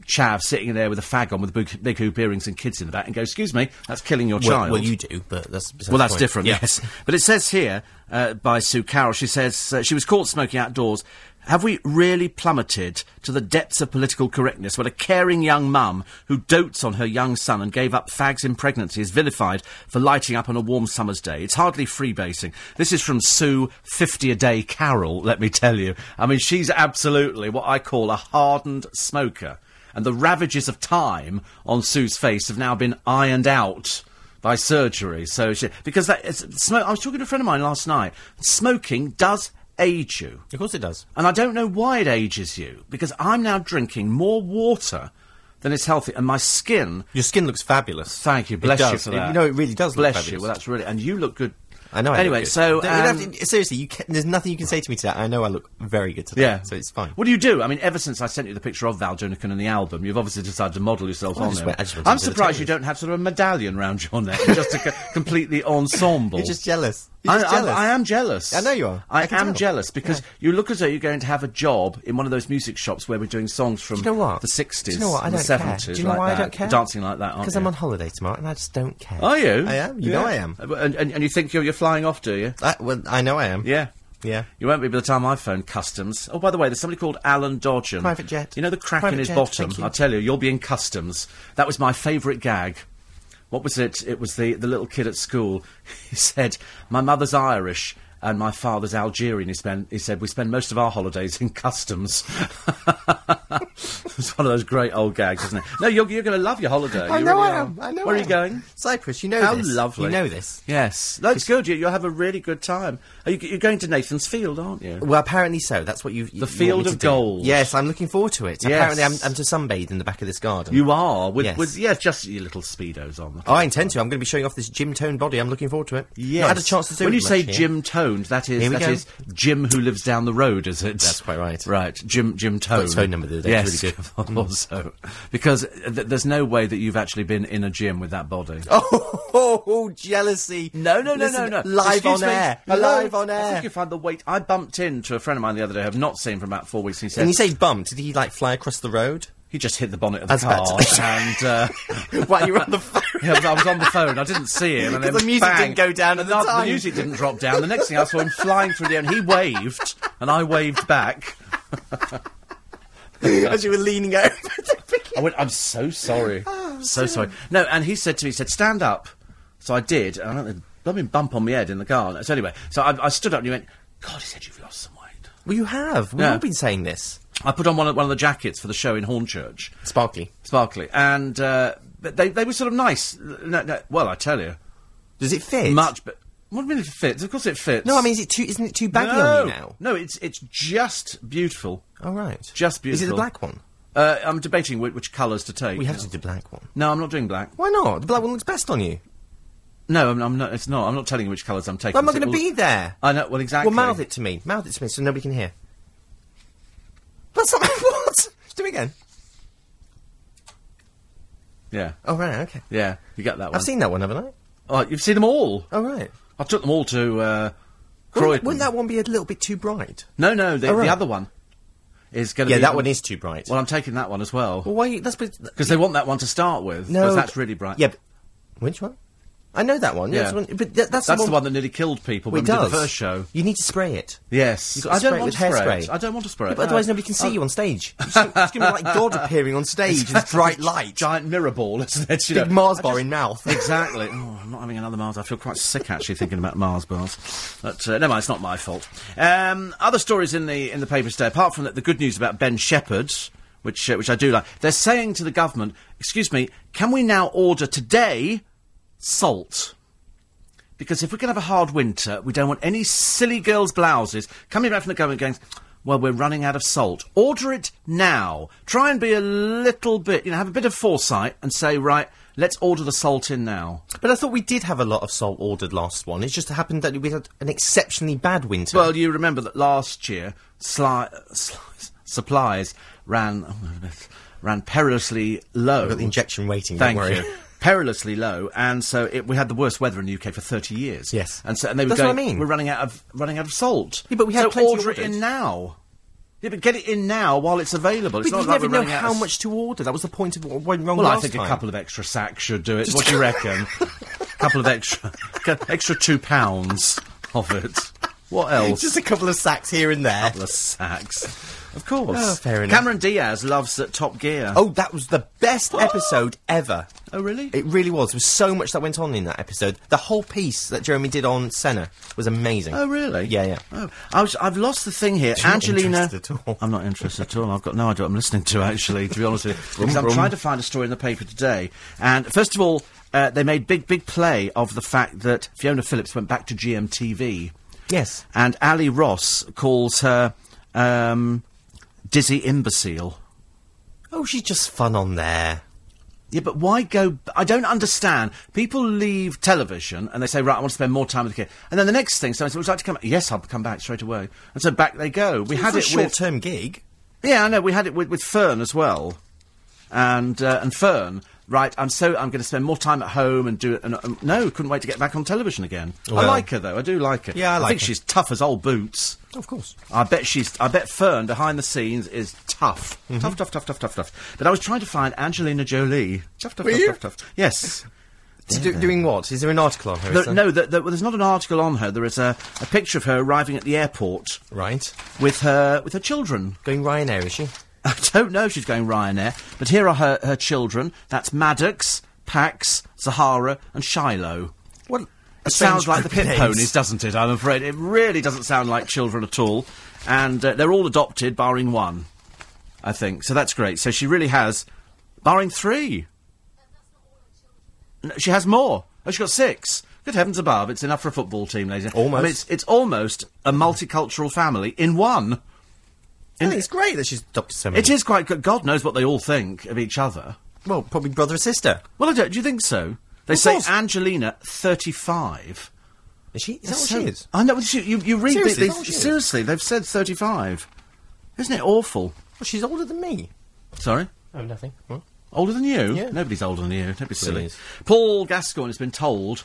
chav sitting in there with a fag on with big, big hoop earrings and kids in the back and go, excuse me, that's killing your
Well,
child.
well, you do, but that's besides
Well,
the
that's
point.
different,
Yeah.
yes. But it says here uh, by Sue Carroll, she says uh, she was caught smoking outdoors. Have we really plummeted to the depths of political correctness when a caring young mum who dotes on her young son and gave up fags in pregnancy is vilified for lighting up on a warm summer's day? It's hardly freebasing. This is from Sue 50 a day Carroll, let me tell you. I mean, she's absolutely what I call a hardened smoker. And the ravages of time on Sue's face have now been ironed out by surgery. So she, because that it's, smoke. I was talking to a friend of mine last night. Smoking does age you,
Of course it does.
and I don't know why it ages you because I'm now drinking more water than is healthy, and my skin.
Your skin looks fabulous.
Thank you,
It
bless you
does.
for
It-
that.
you know, it really does look
Bless you.
fabulous.
Well, that's really, and you look good.
I know. I
Anyway,
look good.
so
Don't- you don't
um,
have to- seriously, you can, there's nothing you can say to me today. I know I look very good today,
Yeah.
so it's fine.
What do you do? I mean, ever since I sent you the picture of Val Jonican and the album, you've obviously decided to model yourself
Well, I
on
just
him.
went- I just went
I'm
to the
surprised you
tailors.
don't have sort of a medallion round your neck, just a co- completely ensemble.
You're just jealous. You're
I,
just
I-
jealous.
I am jealous.
I know you are.
I,
I can
am
tell.
jealous because you look as though you're going to have a job in one of those music shops where we're doing songs from
Do you know what?
the 60s,
Do you know what? I
and
don't
the
care.
70s,
Do you know
like
why
that.
I don't care?
Dancing like that, aren't
Because
you?
I'm on holiday tomorrow and I just don't care.
Are you?
I am. You know
Yeah.
I am.
And, and, and you think you're, you're flying off, do you?
I, well, I know I am.
Yeah.
Yeah.
You won't be by the time I phone customs. Oh, by the way, there's somebody called Alan Dodgen.
Private jet.
You know the crack in
Private
his
jet,
bottom.
thank you.
I'll tell you, you'll be in customs. That was my favourite gag. What was it? It was the, the little kid at school. He said, My mother's Irish and my father's Algerian. He, spent, he said, We spend most of our holidays in customs. it's one of those great old gags, isn't it? No, you're, you're going to love your holiday.
I
You
know
really
I am. I know
Where
I
are you
am.
going?
Cyprus, you know
How
this.
lovely.
You know this.
Yes. No, it's good. You, you'll have a really good time. Are you, you're going to Nathan's Field, aren't you?
Well, apparently so. That's what you. you
The
want me
field
to
of
do.
gold.
Yes, I'm looking forward to it.
Yes.
Apparently, I'm, I'm to sunbathe in the back of this garden.
You are with
Yes.
with yeah, just your little speedos on.
Oh, I intend to. I'm going to be showing off this gym toned body. I'm looking forward to it.
Yes.
Not had a chance to do
When
it
you
much
say
here.
Jim toned, that is
Here we
that
go.
is Jim who lives down the road, is it?
That's quite right.
Right, Jim Jim toned.
his phone number the other day,
Yes,
it's really good.
also because th- there's no way that you've actually been in a gym with that body.
Oh, oh, oh, jealousy.
No, no, no,
Listen,
no, no.
Live
Excuse
on
me.
air.
Hello?
Live on
I
air.
think you find the weight. I bumped into a friend of mine the other day. I've not seen for about four weeks. And he said,
And you say bump. Did he, like, fly across the road?
He just hit the bonnet of the
That's bad.
car, and uh,
While you were on the phone.
yeah, I was on the phone. I didn't see him, and
'Cause
then
the music
bang,
didn't go down at
and
the
not-
time.
music didn't drop down. The next thing I saw him flying through the air, and he waved, and I waved back.
As you were leaning over.
I went, "I'm so sorry,
Oh,
so sorry." No, and he said to me, "He said stand up." So I did, and I had a blooming bump on my head in the car. So anyway, so I, I stood up, and he went, "God," he said, "you've lost some weight."
well, you have. We've
Yeah.
all been saying this.
I put on one of, one of the jackets for the show in Hornchurch,
Sparkly.
Sparkly, and uh, but they they were sort of nice. No, no, well, I tell you.
Does it fit?
Much, but what do you mean if it fits? Of course it fits.
No, I mean, is it too, isn't it too baggy
no,
on you now?
no, it's it's just beautiful.
All right.
Just
Is it
beautiful.
the black one?
Uh, I'm debating which, which colours to take.
We have to do the black one.
No, I'm not doing black.
Why not? The black one looks best on you.
No, I'm, I'm not. It's not. I'm not telling you which colours I'm taking.
Well, I'm not
It
going to
will-
be there.
I know. Well, exactly.
Well, mouth it to me. Mouth it to me so nobody can hear. That's not what? Do it again.
Yeah,
Oh, right, okay.
yeah, you get that one.
I've seen that one, haven't I?
Oh, you've seen them all.
Oh, right.
I took them all to uh,
Wouldn't,
Croydon.
wouldn't that one be a little bit too bright?
No, no, the,
Oh, right.
the other one is going to
Yeah,
be.
that one is Oh, too bright.
Well, I'm taking that one as well
Well, why? That's because
because they want that one to start with. because that's really bright.
Yeah, but, which one? I know that one.
Yeah.
Yeah, that's the one- but tha- that's,
that's the
one.
one that nearly killed people
Well,
when
it
we did the
does.
first show.
You need to spray it.
Yes,
You've got to
I
spray
don't
it
want
with
to spray.
hairspray.
It. I don't want to Oh. spray.
Yeah,
it.
but otherwise
no.
nobody can see you on stage. It's just- it's going to be like God appearing on stage in this bright light.
Giant mirror ball, isn't it? You
Big
know,
Mars
I
bar
just-
in mouth.
Exactly. Oh, I'm not having another Mars. I feel quite sick actually thinking about Mars bars. But uh, never mind, it's not my fault. Um, other stories in the in the papers today, apart from that, the good news about Ben Shepherd, which uh, which I do like. They're saying to the government, "Excuse me, can we now order today salt?" Because if we're going to have a hard winter, we don't want any silly girls' blouses coming back from the government going, well, we're running out of salt. Order it now. Try and be a little bit, you know, have a bit of foresight and say, right, let's order the salt in now.
But I thought we did have a lot of salt ordered last one. It just happened that we had an exceptionally bad winter.
Well, you remember that last year, sli- sli- supplies ran ran perilously low.
I've got the injection waiting.
Thank
don't worry.
you. Perilously low, and so it, we had the worst weather in the UK for thirty years.
Yes.
and so and they were
That's
going.
what I mean.
We're running out of running out of salt.
Yeah, but we had
so
plenty
order it
ordered.
in now. Yeah, but get it in now while it's available. It's
But you
not like
never
we're
know
running out
how
of s-
much to order. That was the point of what went wrong
Well,
last
I think
time.
a couple of extra sacks should do it. What do you reckon? a couple of extra, extra two pounds of it. What else?
just a couple of sacks here and there.
the sacks. Of course.
Oh, fair enough.
Cameron Diaz loves that Top Gear.
Oh, that was the best episode ever.
Oh, really?
It really was. There was so much that went on in that episode. The whole piece that Jeremy did on Senna was amazing.
Oh, really?
Yeah, yeah.
Oh, I was, I've lost the thing here.
not
Angelina.
interested at all.
I'm not interested at all. I've got no idea what I'm listening to, actually, to be honest with you. Because I'm
brum.
trying to find a story in the paper today. And first of all, uh, they made big, big play of the fact that Fiona Phillips went back to GMTV.
Yes.
And Ali Ross calls her um, Dizzy Imbecile.
Oh, she's just fun on there.
Yeah, but why go? b- I don't understand. People leave television and they say, "Right, I want to spend more time with the kid." And then the next thing, someone says, "Would you like to come?" back?" Yes, I'll come back straight away. And so back they go. We had
For a
it with
short-term gig.
yeah, I know. We had it with, with Fern as well, and uh, and Fern. Right, I'm so I'm going to spend more time at home and do it. And, um, no, couldn't wait to get back on television again. I
Well.
like her though. I do like her.
Yeah, I like
think
her.
she's tough as old boots.
Of course.
I bet she's. I bet Fern behind the scenes is tough,
Mm-hmm.
tough, tough, tough, tough, tough, tough. But I was trying to find Angelina Jolie. Tough, tough,
Were
tough,
you?
tough, tough. Yes.
So do, doing what? Is there an article on her? is
There-
there?
no, there, there- well, there's not an article on her. There is a, a picture of her arriving at the airport
Right.
with her with her children.
Going Ryanair, is she?
I don't know if she's going Ryanair, but here are her, her children. That's Maddox, Pax, Zahara, and Shiloh.
What?
It sounds like the pit ponies,
Does
doesn't it? I'm afraid it really doesn't sound like children at all, and uh, they're all adopted, barring one, I think. So that's great. So she really has, barring three. No, she has more. Oh, she got six. Good heavens above! It's enough for a football team, ladies. and-
Almost.
I mean, it's, it's almost a multicultural family in one.
I think it's great that she's adopted so many.
It is quite good. God knows what they all think of each other.
Well, probably brother or sister.
Well, I don't, do you think so? They
Of
say
course.
Angelina, thirty-five.
Is she? Is that what
So-
she is?
I know. You, you, you read seriously,
Seriously, is that what she is?
seriously, they've said 35. Isn't it awful?
Well, she's older than me.
Sorry?
Oh, nothing.
Older than you?
Yeah.
Nobody's older than you. Don't be silly.
Please.
Paul Gascoigne has been told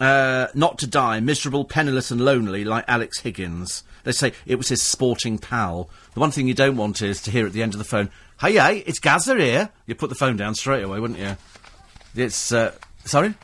uh, not to die miserable, penniless, and lonely like Alex Higgins. They say it was his sporting pal. The one thing you don't want is to hear at the end of the phone, hey, hey, it's Gazza here. You'd put the phone down straight away, wouldn't you? It's. Uh, sorry?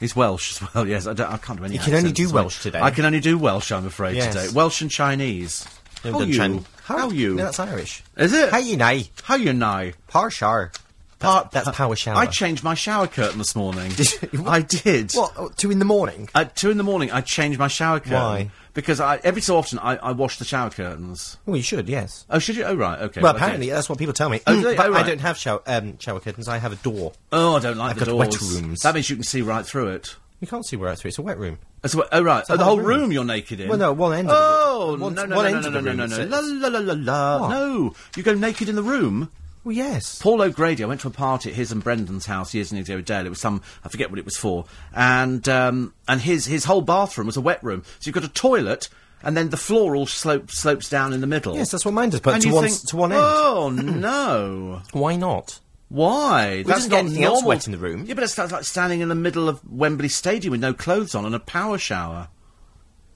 He's Welsh as well, yes. I, don't, I can't do any
You can only
accents,
do
sorry.
Welsh today.
I can only do Welsh, I'm afraid,
Yes.
today. Welsh and Chinese. How you? How you?
No, that's Irish.
Is it?
How you nay?
How you now?
Parshar. Par- that's power shower.
uh, I changed my shower curtain this morning.
Did you-
I did.
What? oh, Two in the morning?
At two in the morning, I changed my shower curtain.
Why?
Because I, every so often I, I wash the shower curtains.
Well, you should, yes.
Oh, should you? Oh, right. Okay.
Well,
I did.
apparently uh, that's what people tell me.
Oh, do they?
but
Oh,
I
right.
don't have shower, um, shower curtains. I have a door.
Oh, I don't like
I've
the
got wet
doors.
rooms.
That means you can see right through it.
You can't see where out through. It's a wet room.
That's what, oh, right. Oh, the whole room. you're naked in.
Well, no, one end of it.
Oh,
One-
no, no,
one
no,
end
no,
of
no,
the
no,
room,
no,
so
no,
it's-
La, la, la, la, la.
What?
No, you go naked in the room.
Well, yes.
Paul O'Grady, I went to a party at his and Brendan's house years and years ago with Dale. It was some, I forget what it was for. And, um, and his, his whole bathroom was a wet room. So you've got a toilet, and then the floor all slope, slopes down in the middle.
Yes, that's what mine does, but
and
to
you
one,
think,
to one end.
Oh, no.
Why not?
Why?
didn't get anything else wet in the room.
Yeah, but it's like, like standing in the middle of Wembley Stadium with no clothes on and a power shower.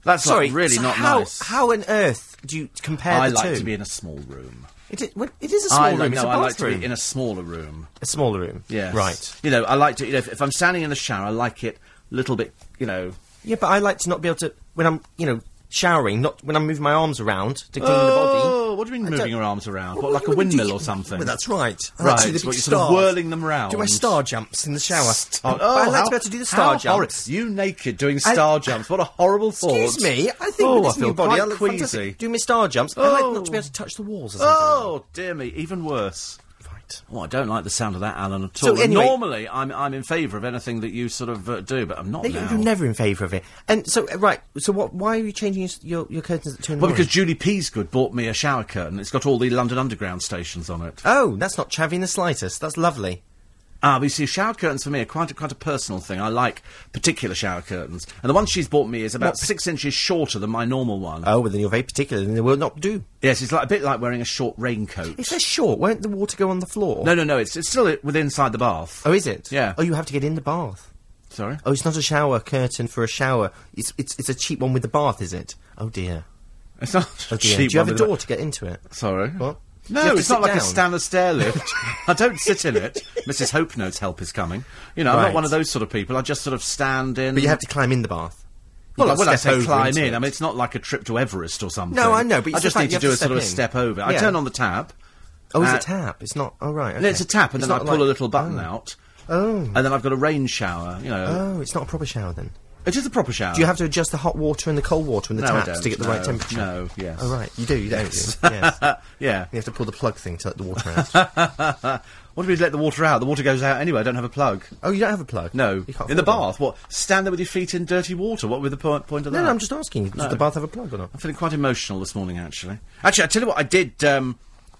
That's like,
Sorry,
really
so
not
how,
nice.
How on earth do you compare
I
the
like
two?
to be in a small room.
It is, well, it is a
I
small
like-
room. It's
no,
a
I like to
bathroom.
be in a smaller room.
a smaller room.
Yes.
Right.
You know, I like to. You know, if, if I'm standing in the shower, I like it a little bit. You know,
Yeah, but I like to not be able to when I'm, you know, showering, not when I'm moving my arms around to clean the
Oh,
body.
what do you mean
I
moving
don't-
your arms around?
Well,
What, like a
well, do you-
windmill or something?
Well, that's right. I
Right,
like to do the
so
big
you're sort of
stars.
whirling them round.
Do my star jumps in the shower?
Oh,
But I like
how-
to be able to do the
how
star
horri-
jumps.
You naked doing star jumps. What a horrible thought.
Excuse me. I think
oh,
with this
I feel
new body,
quite
I look
queasy.
fantastic. Do my star jumps. I like not to
Oh.
be able to touch the walls. Or something.
Oh, dear me, even worse.
right.
Oh, I don't like the sound of that, Alan, at all.
So
And
anyway-
Normally, I'm I'm in favour of anything that you sort of uh, do, but I'm not
No, you-
now.
You're never in favour of it. And so, uh, right. So, what? Why are you changing your s- your, your curtains at two in the
well,
morning?
because Julie Peasgood bought me a shower curtain. It's got all the London Underground stations on it.
oh, that's not chavvy in the slightest. That's lovely.
Ah, but you see, shower curtains for me are quite a, quite a personal thing. I like particular shower curtains, and the one she's bought me is about six inches shorter than my normal one.
Oh, well, then you're very particular, and they will not do.
yes, it's like a bit like wearing a short raincoat.
If they're short, won't the water go on the floor?
No, no, no. It's it's still i- within inside the bath.
Oh, is it?
Yeah.
Oh, you have to get in the bath.
Sorry.
Oh, it's not a shower curtain for a shower. It's it's it's a cheap one with the bath, is it? Oh dear.
It's not
Oh
a
dear.
cheap.
Do you have
one
a
with
door to get into it?
Sorry.
What? Do you
No,
have to
it's not
sit
like a
down?
stand stair lift. I don't sit in it. Mrs. Hope knows help is coming. You know, I'm
Right.
not one of those sort of people. I just sort of stand in.
But you have to climb in the bath.
Well,
You've got
when
to
I
step
say
over
climb
into
in,
it.
I mean it's not like a trip to Everest or something.
No, I know, but
I
it's the
just
fact
need to
you have
do
to
a sort
step
of a
in.
step over. I
Yeah.
turn on the tap.
oh, is
uh,
it tap? It's not. Oh right.
No, it's a
okay.
tap, and
It's
then I
not
pull
like-
a little button
oh.
out.
Oh.
And then I've got a rain shower. You know,
Oh, it's not a proper shower then.
it is a proper shower.
Do you have to adjust the hot water and the cold water and the
No, I
taps
don't.
to get the right
No,
temperature?
no, yes. Uh,
Oh right, you do. You don't. You? yes. You
Yeah.
have to pull the plug thing to let the water out.
What if we let the water out? The water goes out anyway. I don't have a plug.
oh, you don't have a plug?
No,
You can't
in the
afford one.
bath. What? Stand there with your feet in dirty water. What would the point, point of that?
No, no, I'm just asking. Does the bath have a plug or not?
I'm feeling quite emotional this morning. Actually, actually, I tell you what, I did. Um,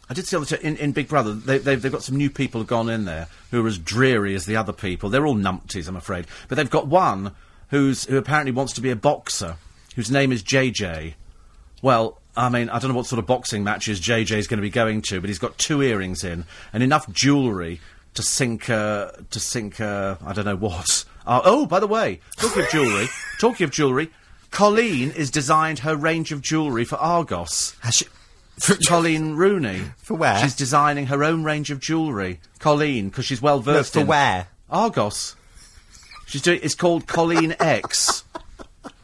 I did see on the t- in, in Big Brother. They, they, they've got some new people gone in there who are as dreary as the other people. They're all numpties, I'm afraid. But they've got one who's who apparently wants to be a boxer, whose name is JJ. Well, I mean, I don't know what sort of boxing matches JJ's going to be going to, but he's got two earrings in and enough jewellery to sink, uh, to sink, uh, I don't know what. Uh, oh, by the way, talking of jewellery, talking of jewellery, Colleen has designed her range of jewellery for Argos.
Has she-
Colleen Rooney.
For where?
She's designing her own range of jewellery. Colleen, because she's well versed
for
in-
where?
Argos. She's doing. It's called Colleen X.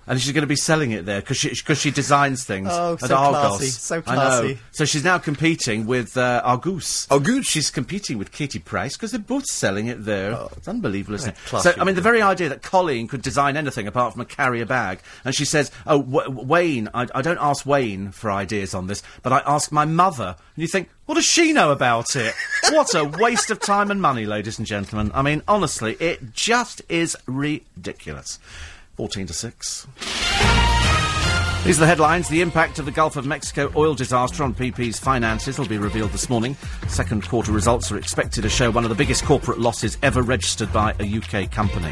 And she's going to be selling it there because she, 'cause she designs things
Oh,
at
so
Argos.
classy, so
I know.
classy.
So she's now competing with uh, Argus.
Argus.
She's competing with Katie Price because they're both selling it there.
Oh.
it's unbelievable, isn't it?
classy
So I mean, the very idea that Colleen could design anything apart from a carrier bag, and she says, "Oh, w- Wayne, I, I don't ask Wayne for ideas on this, but I ask my mother." And you think, what does she know about it? what a waste of time and money, ladies and gentlemen. I mean, honestly, it just is ridiculous. Fourteen to six. These are the headlines. The impact of the Gulf of Mexico oil disaster on PP's finances will be revealed this morning. Second quarter results are expected to show one of the biggest corporate losses ever registered by a UK company.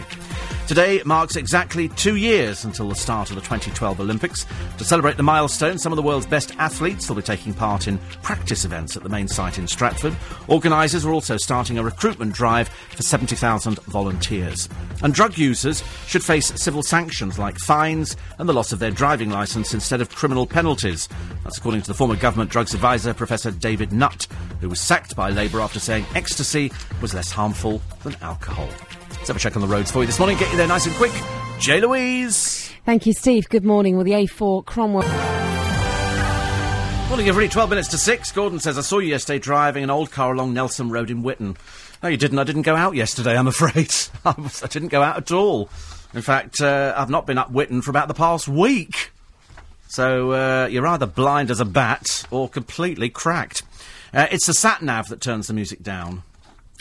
Today marks exactly two years until the start of the 2012 Olympics. To celebrate the milestone, some of the world's best athletes will be taking part in practice events at the main site in Stratford. Organisers are also starting a recruitment drive for 70,000 volunteers. And drug users should face civil sanctions like fines and the loss of their driving licence instead of criminal penalties. That's according to the former government drugs advisor, Professor David Nutt, who was sacked by Labour after saying ecstasy was less harmful than alcohol. Let's have a check on the roads for you this morning. Get you there nice and quick. J. Louise.
Thank you, Steve. Good morning. Well, the A4 Cromwell.
Morning, everybody. 12 minutes to 6. Gordon says, I saw you yesterday driving an old car along Nelson Road in Witten. No, you didn't. I didn't go out yesterday, I'm afraid. I, was- I didn't go out at all. In fact, uh, I've not been up Witten for about the past week. So uh, you're either blind as a bat or completely cracked. Uh, it's the sat nav that turns the music down.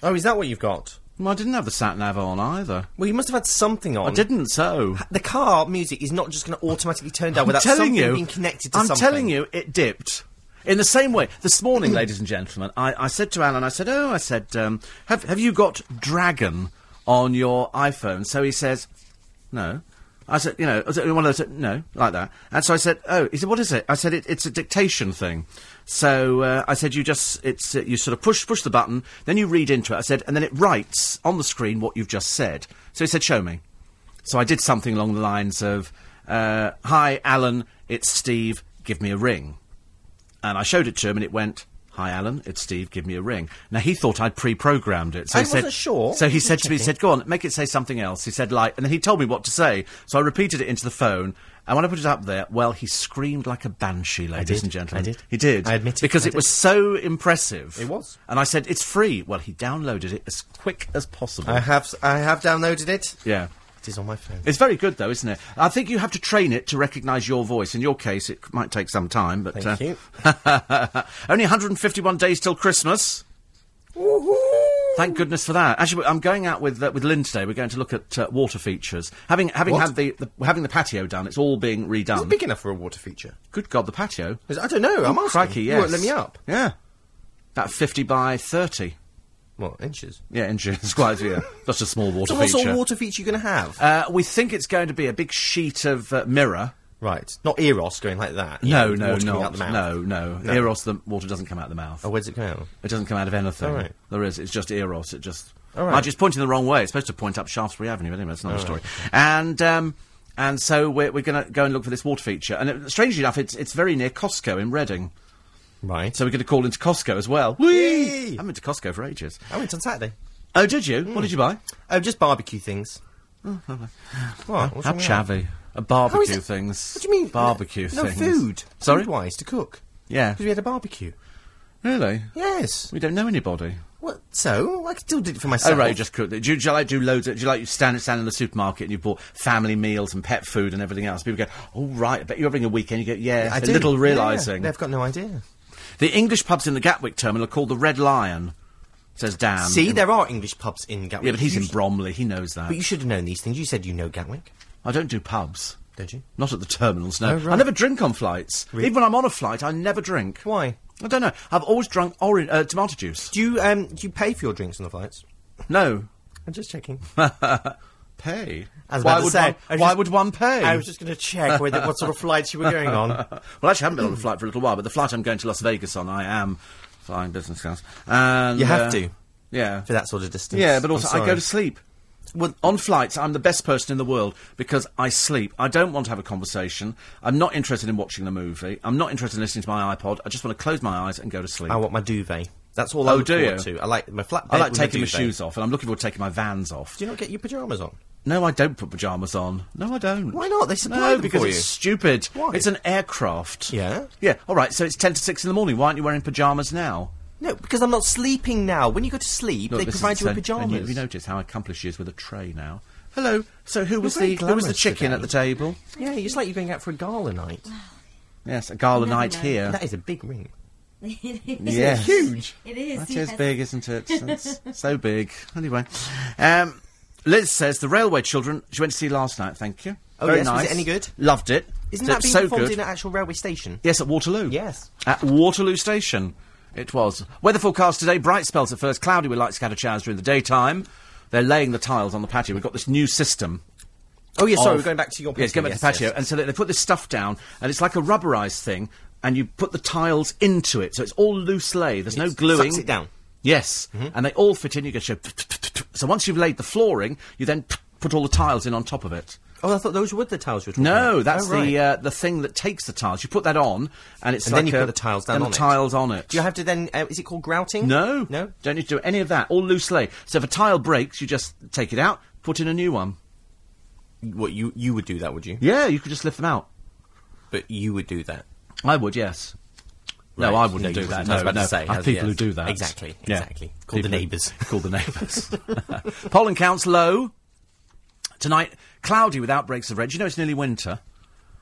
Oh, is that what you've got?
Well, I didn't have the sat nav on either.
Well, you must have had something on.
I didn't, so.
The car music is not just going to automatically turn down
I'm
without
telling
something
you,
being connected to
I'm
something.
telling you, it dipped. In the same way, this morning, ladies and gentlemen, I, I said to Alan, I said, "Oh, I said, um, have have you got Dragon on your iPhone?" So he says, "No." I said, you know, I said, one of those, no, like that. And so I said, oh, he said, what is it? I said, it, it's a dictation thing. So uh, I said, you just, it's, uh, you sort of push, push the button, then you read into it. I said, and then it writes on the screen what you've just said. So he said, show me. So I did something along the lines of, uh, hi, Alan, it's Steve, give me a ring. And I showed it to him, and it went, Hi, Alan. It's Steve. Give me a ring. Now he thought I'd pre-programmed it. So
I
he said,
wasn't sure.
So he
Just
said to me, he
checking.
said, "Go on, make it say something else." He said, "Like," and then he told me what to say. So I repeated it into the phone. And when I put it up there, well, he screamed like a banshee, ladies
did.
and gentlemen.
I did.
He did.
I admit it.
because
I
it
did.
was so impressive.
It was.
And I said, "It's free." Well, he downloaded it as quick as possible.
I have s- I have downloaded it.
yeah.
It is on my phone.
It's very good, though, isn't it? I think you have to train it to recognise your voice. In your case, it might take some time, but
Thank
uh,
you.
only 151 days till Christmas. Thank goodness for that. Actually, I'm going out with uh, with Lynn today. We're going to look at uh, water features. Having having
What?
had the, the having the patio done, it's all being
Is it
redone.
big enough for a water feature?
Good God, the patio!
'Cause I don't know. I'm
Oh,
asking.
crikey,
You
yes.
won't let me up.
Yeah, about 50 by 30.
What inches?
Yeah, inches. It's quite yeah. That's a small water
So what sort
feature.
of water feature you going to have?
uh, we think it's going to be a big sheet of uh, mirror.
right, not Eros going like that. you know,
No,
with
no,
water coming out
not.
the mouth.
No, no, Eros, the water doesn't come out the mouth.
Oh, where's it going? out?
It doesn't come out of anything.
All right.
There is. It's just Eros. It just.
All right.
Mind you, it's pointing the wrong way. It's supposed to point up Shaftesbury Avenue. But anyway, that's another story. And um, and so we're, we're going to go and look for this water feature. And it, strangely enough, it's it's very near Costco in Reading.
Right.
So we're going to call into Costco as well. Whee!
Yay!
I haven't been to Costco for ages.
I went on Saturday.
Oh, did you? What did you buy?
Oh, just barbecue things. What? What's
Have
wrong with that?
chavvy. Uh,
How is
barbecue
it-
things.
What do you mean?
Barbecue
no,
things.
No food.
Sorry?
Food-wise to cook.
Yeah.
Because we had a barbecue.
Really?
Yes.
We don't know anybody.
What? So I still did it for
Oh
myself.
right, you just cook. Do you, do you like do loads? Of, do you like you stand stand in the supermarket and you bought family meals and pet food and everything else? People go, oh right, I bet you're having a weekend. You go, yeah,
I
a
do.
little
Yeah,
realising.
they've got no idea.
the English pubs in the Gatwick terminal are called the Red Lion, says Dan.
See,
Um, In-
there are English pubs in Gatwick.
yeah, but he's
You
in
sh-
Bromley. He knows that.
But you should have known these things. You said you know Gatwick,
I don't do pubs.
don't you?
Not at the terminals. No,
Oh, right.
I never drink on flights.
Really?
Even when I'm on a flight, I never drink.
Why?
I don't know. I've always drunk orange uh, tomato juice.
Do you um do you pay for your drinks on the flights?
No,
I'm just checking.
pay.
I was about
why
to
would
say,
one,
I was
why
just-
would one pay?
I was just going to check whether, what sort of flights you were going on.
Uh, Well, actually, I haven't been on a flight for a little while, but the flight I'm going to Las Vegas on, I am flying business class. And
You have
uh,
to.
yeah,
For that sort of distance.
yeah. But
I'm
also, I
sorry.
go to sleep. Well, on flights, I'm the best person in the world because I sleep. I don't want to have a conversation. I'm not interested in watching the movie. I'm not interested in listening to my iPod. I just want to close my eyes and go to sleep.
I want my duvet. That's all I
Oh,
look
do
forward
you?
to. I like my flat.
I
bed
like
with
taking my
duvet.
shoes off, and I'm looking forward to taking my vans off.
Do you not get your pajamas on?
No, I don't put pajamas on. No, I don't.
Why not? They supply
no,
them
because
for
it's
you.
stupid.
Why?
It's an aircraft.
Yeah.
Yeah. All right. So it's ten to six in the morning. Why aren't you wearing pajamas now?
No, because I'm not sleeping now. When you go to sleep,
Look,
they
this is
provide you with
the same-
pajamas.
And you, you notice how accomplished she is with a tray now. Hello. So who was
very
the who was the
glamorous
chicken
today.
at the table?
Yeah, it's like you're going out for a gala night.
Yes, a gala
Never
night
know.
here.
That is a big ring.
Yes.
Huge.
It is.
That
yes.
is big, isn't it? It's so big. Anyway, um, Liz says the railway children she went to see last night. Thank you.
Oh,
Very
yes, was it
nice.
any good?
Loved it.
Isn't
So-
that being
so
performed
good?
in an actual railway station?
Yes, at Waterloo.
Yes.
At Waterloo Station, it was. Weather forecast today bright spells at first, cloudy with light scattered showers during the daytime. They're laying the tiles on the patio. We've got this new system.
Oh, yeah, sorry,
of-
we're going back to your patio.
Yeah, it's going back to the
Yes,
patio.
yes.
And so they, they put this stuff down, and it's like a rubberized thing, and you put the tiles into it. So it's all loose lay. There's no
It
gluing.
sucks it down. Mm-hmm.
Yes. And they all fit in. You go, so so once you've laid the flooring, you then put all the tiles in on top of it.
Oh, I thought those were the tiles you were talking about.
No, that's
Oh, right.
the uh, the thing that takes the tiles. You put that on, and it's
And
like
then you
a-
put the tiles down
then
on
the
it.
tiles on it.
Do you have to then? Uh, is it called grouting?
No,
no.
Don't need to do any of that. All loose lay. So if a tile breaks, you just take it out, put in a new one.
What you you would do that, would you?
Yeah, you could just lift them out.
But you would do that.
I would, yes. No,
Right.
I wouldn't
No,
do
you
that.
wouldn't.
No,
I was about
no.
to say,
I have
as-
people who
yes.
do that.
Exactly, exactly. Call
People
the
who-
neighbours.
Call the neighbours. Pollen counts low. Tonight, cloudy with outbreaks of red. Do You know it's nearly winter.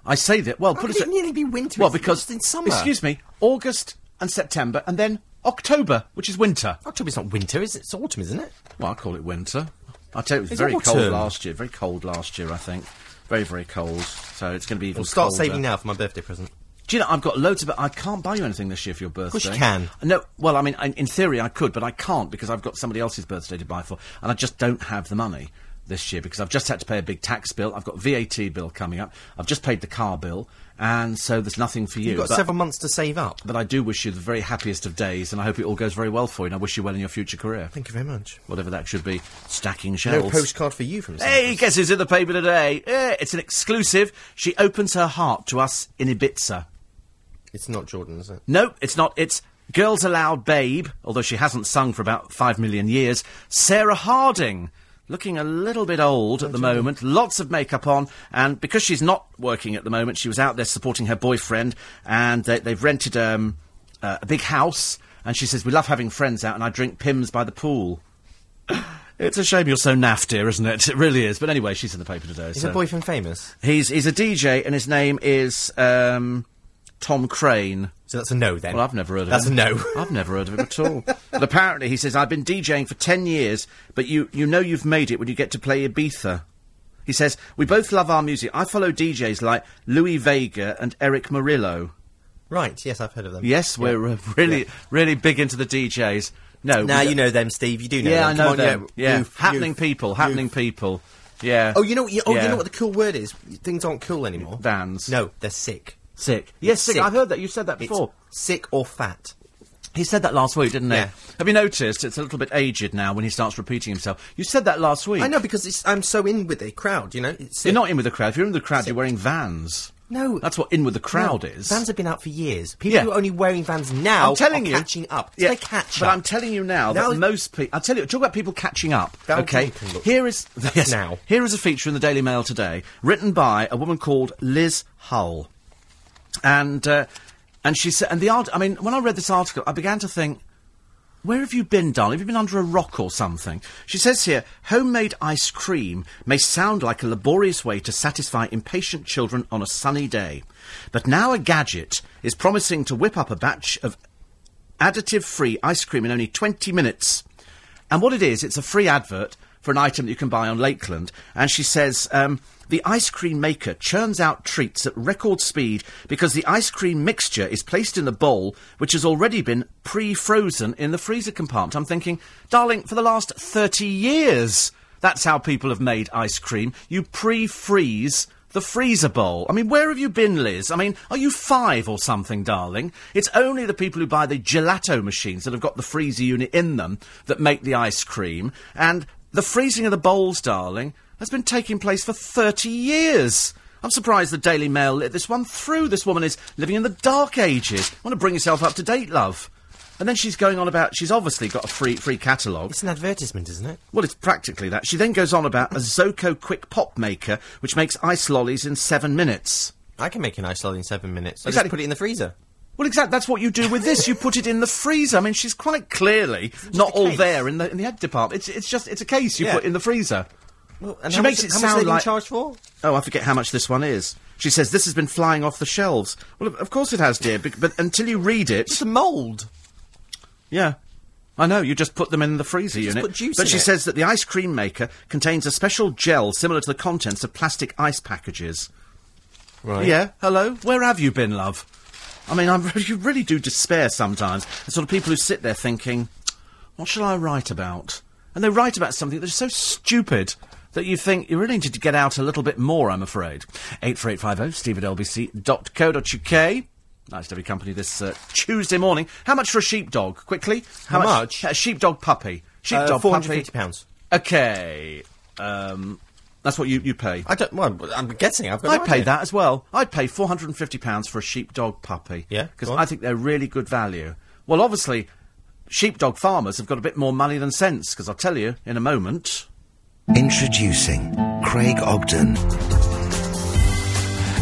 I say that. Well,
How
put
could
us
it nearly be winter?
Well,
It's
because
just in summer.
Excuse me, August and September, and then October, which is winter.
October's not winter, Oh, is it? It's autumn, isn't it?
Well, I call it winter. I tell you, it was
It's
very cold
autumn.
last year. Very cold last year, I think. Very, very cold. So it's going to be even
We'll start
colder.
saving now for my birthday present.
Do you know, I've got loads of... I can't buy you anything this year for your birthday.
course you can.
No, well, I mean, I, in theory I could, but I can't because I've got somebody else's birthday to buy for, and I just don't have the money. this year because I've just had to pay a big tax bill. I've got VAT bill coming up. I've just paid the car bill, and so there's nothing for you.
You've got
but,
several months to save up.
but I do wish you the very happiest of days, and I hope it all goes very well for you. And I wish you well in your future career,
Thank you very much.
whatever that should be. Stacking
No
shelves.
postcard for you from
Hey,
Cyprus.
guess who's in the paper today? Eh, it's an exclusive. She opens her heart to us in Ibiza.
It's not Jordan, is it?
No, it's not. It's Girls Aloud Babe, although she hasn't sung for about five million years. Sarah Harding, looking a little bit old at the moment, lots of makeup on, and because she's not working at the moment, she was out there supporting her boyfriend, and they, they've rented um, uh, a big house, and she says, We love having friends out, and I drink Pims by the pool. It's a shame you're so naff, dear, isn't it? It really is. But anyway, she's in the paper today.
Is
so.
her boyfriend famous?
he's, he's a DJ, and his name is um, Tom Crane.
So that's a no then.
Well, I've never heard of
That's
him.
a no.
I've never heard of him at all. but apparently, he says, I've been DJing for 10 years, but you, you know you've made it when you get to play Ibiza. He says, We both love our music. I follow DJs like Louis Vega and Eric Murillo.
right, yes, I've heard of them.
Yes,
Yeah.
we're uh, really, really big into the DJs. No.
Now
we-
you know them, Steve. You do know
Yeah, I
them.
know
Come on,
them.
you know-
yeah.
you've-
happening
you've-
people,
you've-
happening people. Yeah.
Oh, you know, you, oh,
Yeah.
you know what the cool word is? Things aren't cool anymore.
Vans.
No, they're sick.
Sick. Yes, sick.
sick.
I've heard that. You said that
It's
before.
sick or fat.
He said that last week, didn't he?
Yeah.
Have you noticed it's a little bit aged now when he starts repeating himself? You said that last week.
I know because it's, I'm so in with the crowd. You know, it's sick.
You're not in with the crowd. If you're in with the crowd,
Sick.
you're wearing vans.
No.
That's what in with the crowd
No,
is.
Vans have been out for years. People
Yeah.
who are only wearing Vans now
I'm telling
are
you.
catching up. It's
Yeah,
their catch
but
up.
I'm telling you now,
Now
that
is-
most people. I'll tell you, talk about people catching up.
Val
okay.
Jordan look.
Here is. Yes,
now.
Here is a feature in the Daily Mail today, written by a woman called Liz Hull. And. Uh, and she said, and the art. I mean, when I read this article, I began to think, Where have you been, darling? Have you been under a rock or something? She says here, homemade ice cream may sound like a laborious way to satisfy impatient children on a sunny day. But now a gadget is promising to whip up a batch of additive free ice cream in only 20 minutes. And what it is, it's a free advert for an item that you can buy on Lakeland. And she says, um, the ice cream maker churns out treats at record speed because the ice cream mixture is placed in the bowl, which has already been pre frozen in the freezer compartment. I'm thinking, darling, for the last 30 years, that's how people have made ice cream. You pre freeze the freezer bowl. I mean, where have you been, Liz? I mean, are you five or something, darling? It's only the people who buy the gelato machines that have got the freezer unit in them that make the ice cream. And the freezing of the bowls, darling, has been taking place for 30 years. I'm surprised the Daily Mail let this one through. This woman is living in the dark ages. Want to bring yourself up to date, love. And then she's going on about she's obviously got a free free catalogue.
It's an advertisement, isn't it?
Well, it's practically that. She then goes on about a Zoco quick pop maker, which makes ice lollies in seven minutes.
I can make an ice lolly in seven minutes. I
Exactly.
just put it in the freezer.
Well, exactly. That's what you do with this. you put it in the freezer. I mean, she's quite clearly not
a
all
case?
there in the in the head department. It's it's just it's a case you
Yeah.
put in the freezer.
Well, and
She
how
makes
much,
it
how much
sound
are they being
like-
charged for?
Oh, I forget how much this one is. She says this has been flying off the shelves. Well, of- of course it has, dear. But, but until you read it,
It's a mould.
Yeah. I know, you just put them in the freezer
just
unit.
put juice
but
in
she
it.
says that the ice cream maker contains a special gel similar to the contents of plastic ice packages.
Right.
Yeah, hello? Where have you been, love? I mean, I'm, you really do despair sometimes. The sort of people who sit there thinking, what shall I write about? And they write about something that's so stupid that you think you really need to get out a little bit more, I'm afraid. 84850 oh, steve at lbc.co.uk. Nice to have your company this uh, Tuesday morning. How much for a sheepdog? Quickly.
How much?
A sheepdog puppy. Sheepdog
Uh,
puppy.
450 pounds.
Okay. Um, that's what you, you pay.
I don't. Well, I'm guessing. I've got.
I'd
no
pay
idea.
that as well. I'd pay four hundred and fifty pounds for a sheepdog puppy.
Yeah,
because
go on.
I think they're really good value. Well, obviously, sheepdog farmers have got a bit more money than sense. Because I'll tell you in a moment.
Introducing Craig Ogden.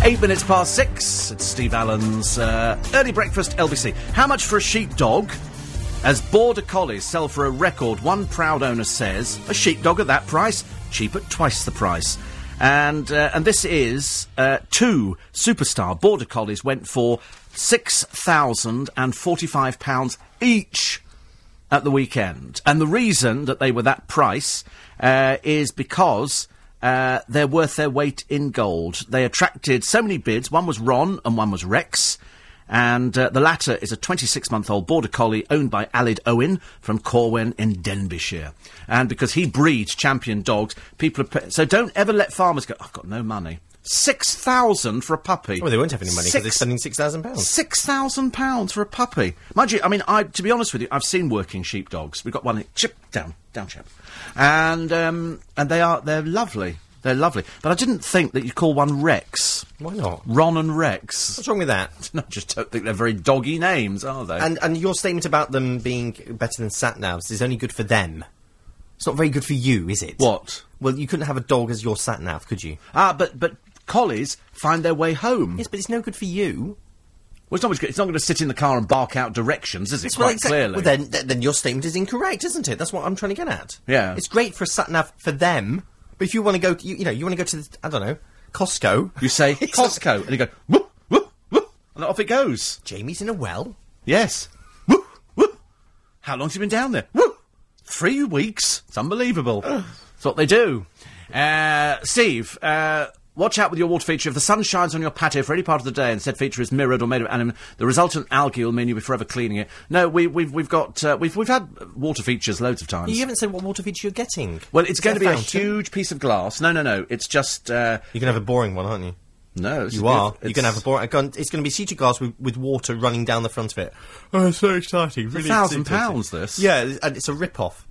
Eight minutes past six. It's Steve Allen's uh, early breakfast LBC. How much for a sheepdog? As border collies sell for a record, one proud owner says a sheepdog at that price, cheap at twice the price. And uh, and this is uh, two superstar border collies went for six thousand and forty five pounds each at the weekend. And the reason that they were that price uh, is because uh, they're worth their weight in gold. They attracted so many bids. One was Ron and one was Rex. And uh, the latter is a 26 month old border collie owned by Alid Owen from Corwen in Denbighshire. And because he breeds champion dogs, people are. pa- so don't ever let farmers go, I've got no money. 6,000 for a puppy.
Well, they won't have any money because they're
Six-
spending six thousand pounds.
Six thousand pounds for a puppy. Mind you, I mean, I to be honest with you, I've seen working sheepdogs. We've got one chip down, down chip, and um, and they are they're lovely. They're lovely, but I didn't think that you'd call one Rex.
Why not?
Ron and Rex.
What's wrong with that?
I just don't think they're very doggy names, are they?
And and your statement about them being better than sat navs is only good for them. It's not very good for you, is it?
what?
Well, you couldn't have a dog as your sat nav, could you?
Ah, but but collies find their way home.
Yes, but it's no good for you.
Well, it's not much, good- it's not going to sit in the car and bark out directions, is it?
It's
Quite
well, exact-
clearly.
Well, then, th- then your statement is incorrect, isn't it? That's what I'm trying to get at.
Yeah.
It's great for a sat nav for them, but if you want to go, to, you, you know, you want to go to, the, I don't know, Costco.
you say
It's not-
Costco, and you go whoop whoop whoop, and off it goes.
Jamie's in a well.
Yes. Woo! Woo! How long's he been down there? Woo! Three weeks. It's unbelievable. It's what they do. Uh, Steve, uh, watch out with your water feature. If the sun shines on your patio for any part of the day and said feature is mirrored or made of anim, the resultant algae will mean you'll be forever cleaning it. No, we, we've, we've got uh, we've, we've had water features loads of times.
You haven't said what water feature you're getting.
Well, it's
Is
going
it
to be a
fountain?
huge piece of glass. No, no, no. It's just uh,
You're going to have a boring one, aren't you?
no. It's,
You are.
it's-
You're going to have a boring. I can't- It's going to be sea glass with, with water running down the front of it. Oh, it's so exciting! Really,
thousand
exciting.
pounds, this.
Yeah, it's- and it's a rip-off.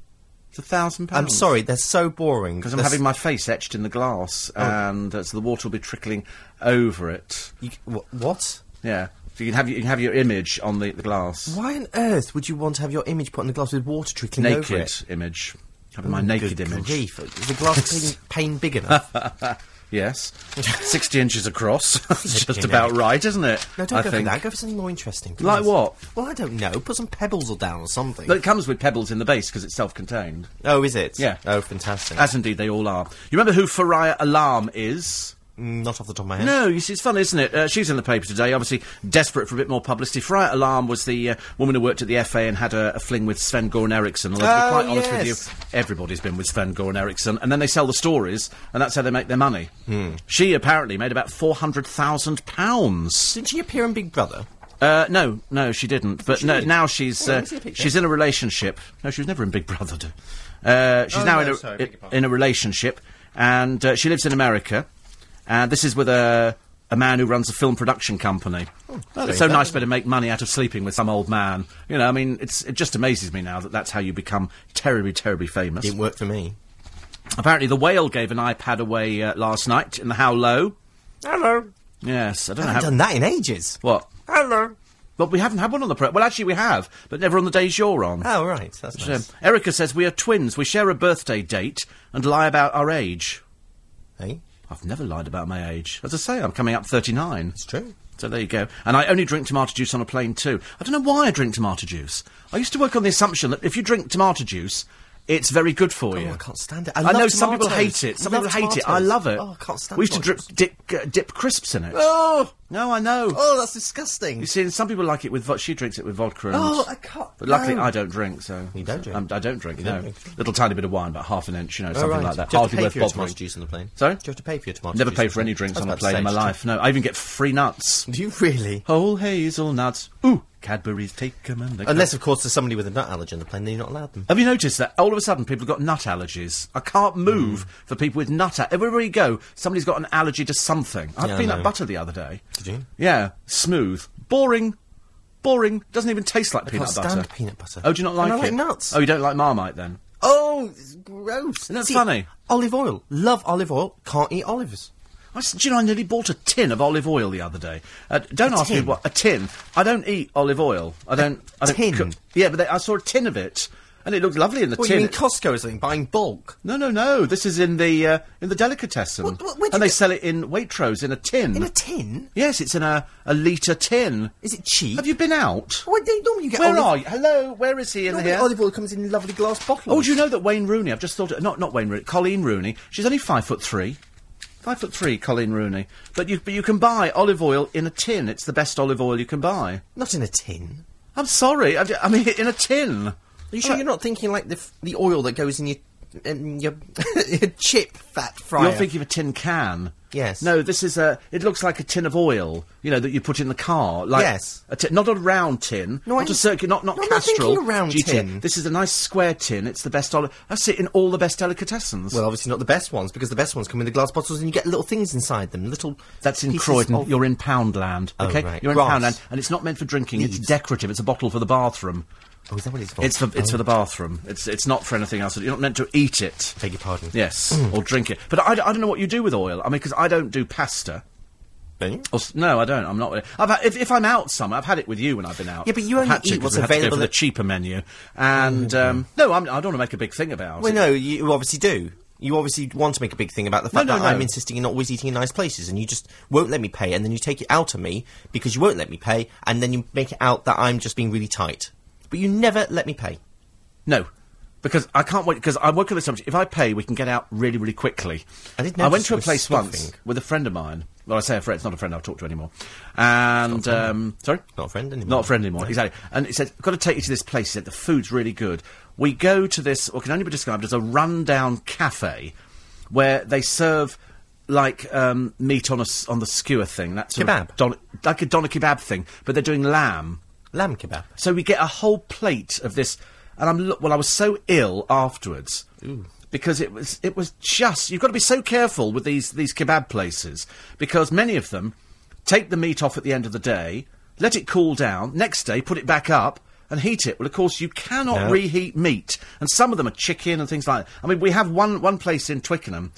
It's a thousand pounds.
I'm sorry, they're so boring
because I'm
They're s-
having my face etched in the glass,
Oh.
and uh, so the water will be trickling over it.
You, wh- what?
Yeah, so you can have you can have your image on the, the glass,
Why on earth would you want to have your image put in the glass with water trickling over
naked
it? Oh,
image, having my naked
Good
image.
grief. Is the glass pane, pane big enough?
Yes, sixty inches across, That's just
Sixty,
about
yeah.
right, isn't it?
No, don't
I
go
think.
for that. Go for something more interesting. please.
Like what?
Well, I don't know. Put some pebbles down or something.
But it comes with pebbles in the base because it's self-contained,
oh, is it?
Yeah. Uh,
Oh, fantastic.
as indeed they all are. You remember who Faria Alarm is?
Mm, Not off the top of my head.
No, you see, it's fun, isn't it? Uh, she's in the paper today, obviously desperate for a bit more publicity. Friar Alarm was the uh, woman who worked at the FA and had a, a fling with Sven Goran Eriksson. Although, to be
Oh,
quite honest
yes.
with you, everybody's been with Sven Goran Eriksson. And then they sell the stories, and that's how they make their money.
Hmm.
She apparently made about £400,000.
Didn't she appear in Big Brother?
Uh, no, no, she didn't. But no,
she?
now she's
Oh, let
uh,
me see a picture.
she's in a relationship. No, she was never in Big Brother. dude. Uh, she's
Oh,
now
no,
in a
sorry, beg your pardon.
in a relationship, and uh, she lives in America. And this is with a a man who runs a film production company.
that's
it's so
very
nice, better make money out of sleeping with some old man. You know, I mean, it's it just amazes me now that that's how you become terribly, terribly famous.
Didn't work for me.
Apparently, the whale gave an iPad away uh, last night in the How Low.
Hello.
Yes, I don't
I
know
haven't
how.
done that in ages.
What?
Hello.
But we haven't had one on the pro. Well, actually, we have, but never on the days you're on.
Oh, right. That's nice.
Um, Erica says we are twins. We share a birthday date and lie about our age.
Hey,
I've never lied about my age. As I say, I'm coming up 39.
it's true.
So there you go. And I only drink tomato juice on a plane too. I don't know why I drink tomato juice. I used to work on the assumption that if you drink tomato juice, it's very good for you.
Oh, I can't stand it. I
know
love
some people
tomatoes.
hate it. Some
Love
people hate it. I
tomatoes.
love it.
Oh, I can't stand
We used to drip,
tomatoes.
dip, uh, dip crisps in it.
Oh,
No, I know.
oh, that's disgusting.
You see, and some people like it with vodka. She drinks it with vodka. And,
Oh, I can't-
But luckily,
no.
I don't drink, so
You don't drink?
Um, I don't drink.
don't
no,
drink.
little tiny bit of wine, about half an inch, you know,
Oh,
something
right.
like that.
Do you have
Hardly
to pay
worth
for your
bothering.
tomato juice on the plane?
Sorry?
Do you have to pay for your tomato
Never
juice
pay
on
for
the
any drinks
I was
on a
about to
plane in
say,
my
do you-
life. No, I even get free nuts.
Do you really?
Whole hazelnuts. Ooh, Cadbury's take 'em and they
Unless, of course, there's somebody with a nut allergy on the plane, then you're not allowed them.
Have you noticed that all of a sudden people have got nut allergies? I can't
Hmm.
move for people with nut. A- Everywhere you go, somebody's got an allergy to something. I had
Yeah, I
peanut
know.
butter the other day.
Did you?
Yeah, smooth, boring, boring. Doesn't even taste like
can't
peanut butter.
stand peanut butter.
Oh, do you not like
And I
it?
like nuts.
Oh, you don't like Marmite then?
Oh, it's gross. Isn't
that funny?
Olive oil. Love olive oil. Can't eat olives.
I s- do you know I nearly bought a tin of olive oil the other day. Uh, don't
A
ask me
tin?
what a tin. I don't eat olive oil. I don't. I don't
tin?
cook- yeah, but they, I saw a tin of it, and it looked lovely in the
What,
tin.
you mean Costco or something? Buying bulk?
no, no, no. This is in the uh, in the delicatessen,
What- what- where'd
and
you
they
get-
sell it in Waitrose in a tin.
In a tin?
yes, it's in a a litre tin.
Is it cheap?
Have you been out?
What, they, normally you get
Where
olive
are you? Hello, where is he in
Normally
here?
olive oil comes in lovely glass bottles.
Oh, do you know that Wayne Rooney? I've just thought of, not not Wayne Rooney, Colleen Rooney. She's only five foot three. Five foot three, Colleen Rooney. But you but you can buy olive oil in a tin. It's the best olive oil you can buy.
Not in a tin.
I'm sorry. I, d- I mean, in a tin.
Are you sure you're not thinking like the, f- the oil that goes in your um, your, your chip fat fryer.
You're thinking of a tin can.
Yes.
No, this is a. It looks like a tin of oil. You know that you put in the car. Like
Yes.
A tin, not a round tin.
No,
not
I'm-
a circular. Not not
No, I'm not
Castrol.
thinking a round
GT.
tin.
This is a nice square tin. It's the best. Olive. That's it in all the best delicatessens.
Well, obviously not the best ones because the best ones come in the glass bottles and you get little things inside them. Little.
That's in
pieces
Croydon.
of-
You're in Poundland.
Oh,
Okay,
right.
you're in
Grass.
Poundland, and it's not meant for drinking. It's
Leaves.
decorative. It's a bottle for the bathroom.
Oh, is that what it's for?
It's for it's for the bathroom. It's it's not for anything else. You're not meant to eat it.
Beg your pardon.
Yes, or drink it. But I, I don't know what you do with oil. I mean, because I don't do pasta.
Thing?
Or, s- no, I don't. I'm not. I've had, if, if I'm out somewhere, I've had it with you when I've been out.
Yeah, but you
I've
only
had to
eat
'cause
what's
we had to go
available
for the
at- Oh,
cheaper menu. And um, no, I'm, I don't want to make a big thing about
Well,
it.
no, you obviously do. You obviously want to make a big thing about the fact
No, no,
that
no.
I'm insisting on always eating in nice places, and you just won't let me pay, and then you take it out of me because you won't let me pay, and then you make it out that I'm just being really tight. But you never let me pay.
No, because I can't wait. Because I work on the assumption if I pay, we can get out really, really quickly.
I didn't
went
notice
to a
you were
place once
stuffing.
with a friend of mine. Well, I say a friend. It's not a friend I've talked to anymore. And um, sorry,
Not a friend anymore.
Not a friend anymore. Exactly. And he said, "I've got to take you to this place." He said, "The food's really good." We go to this, what can only be described as a rundown cafe, where they serve like um, meat on a s- on the skewer thing. That's
Kebab.
don- like a doner kebab thing, but they're doing lamb.
Lamb kebab.
So we get a whole plate of this, and I'm lo- well. I was so ill afterwards because it was it was just you've got to be so careful with these these kebab places because many of them take the meat off at the end of the day, let it cool down, next day put it back up. And heat it. Well, of course, you cannot
No.
reheat meat, and some of them are chicken and things like. that. I mean, we have one one place in Twickenham.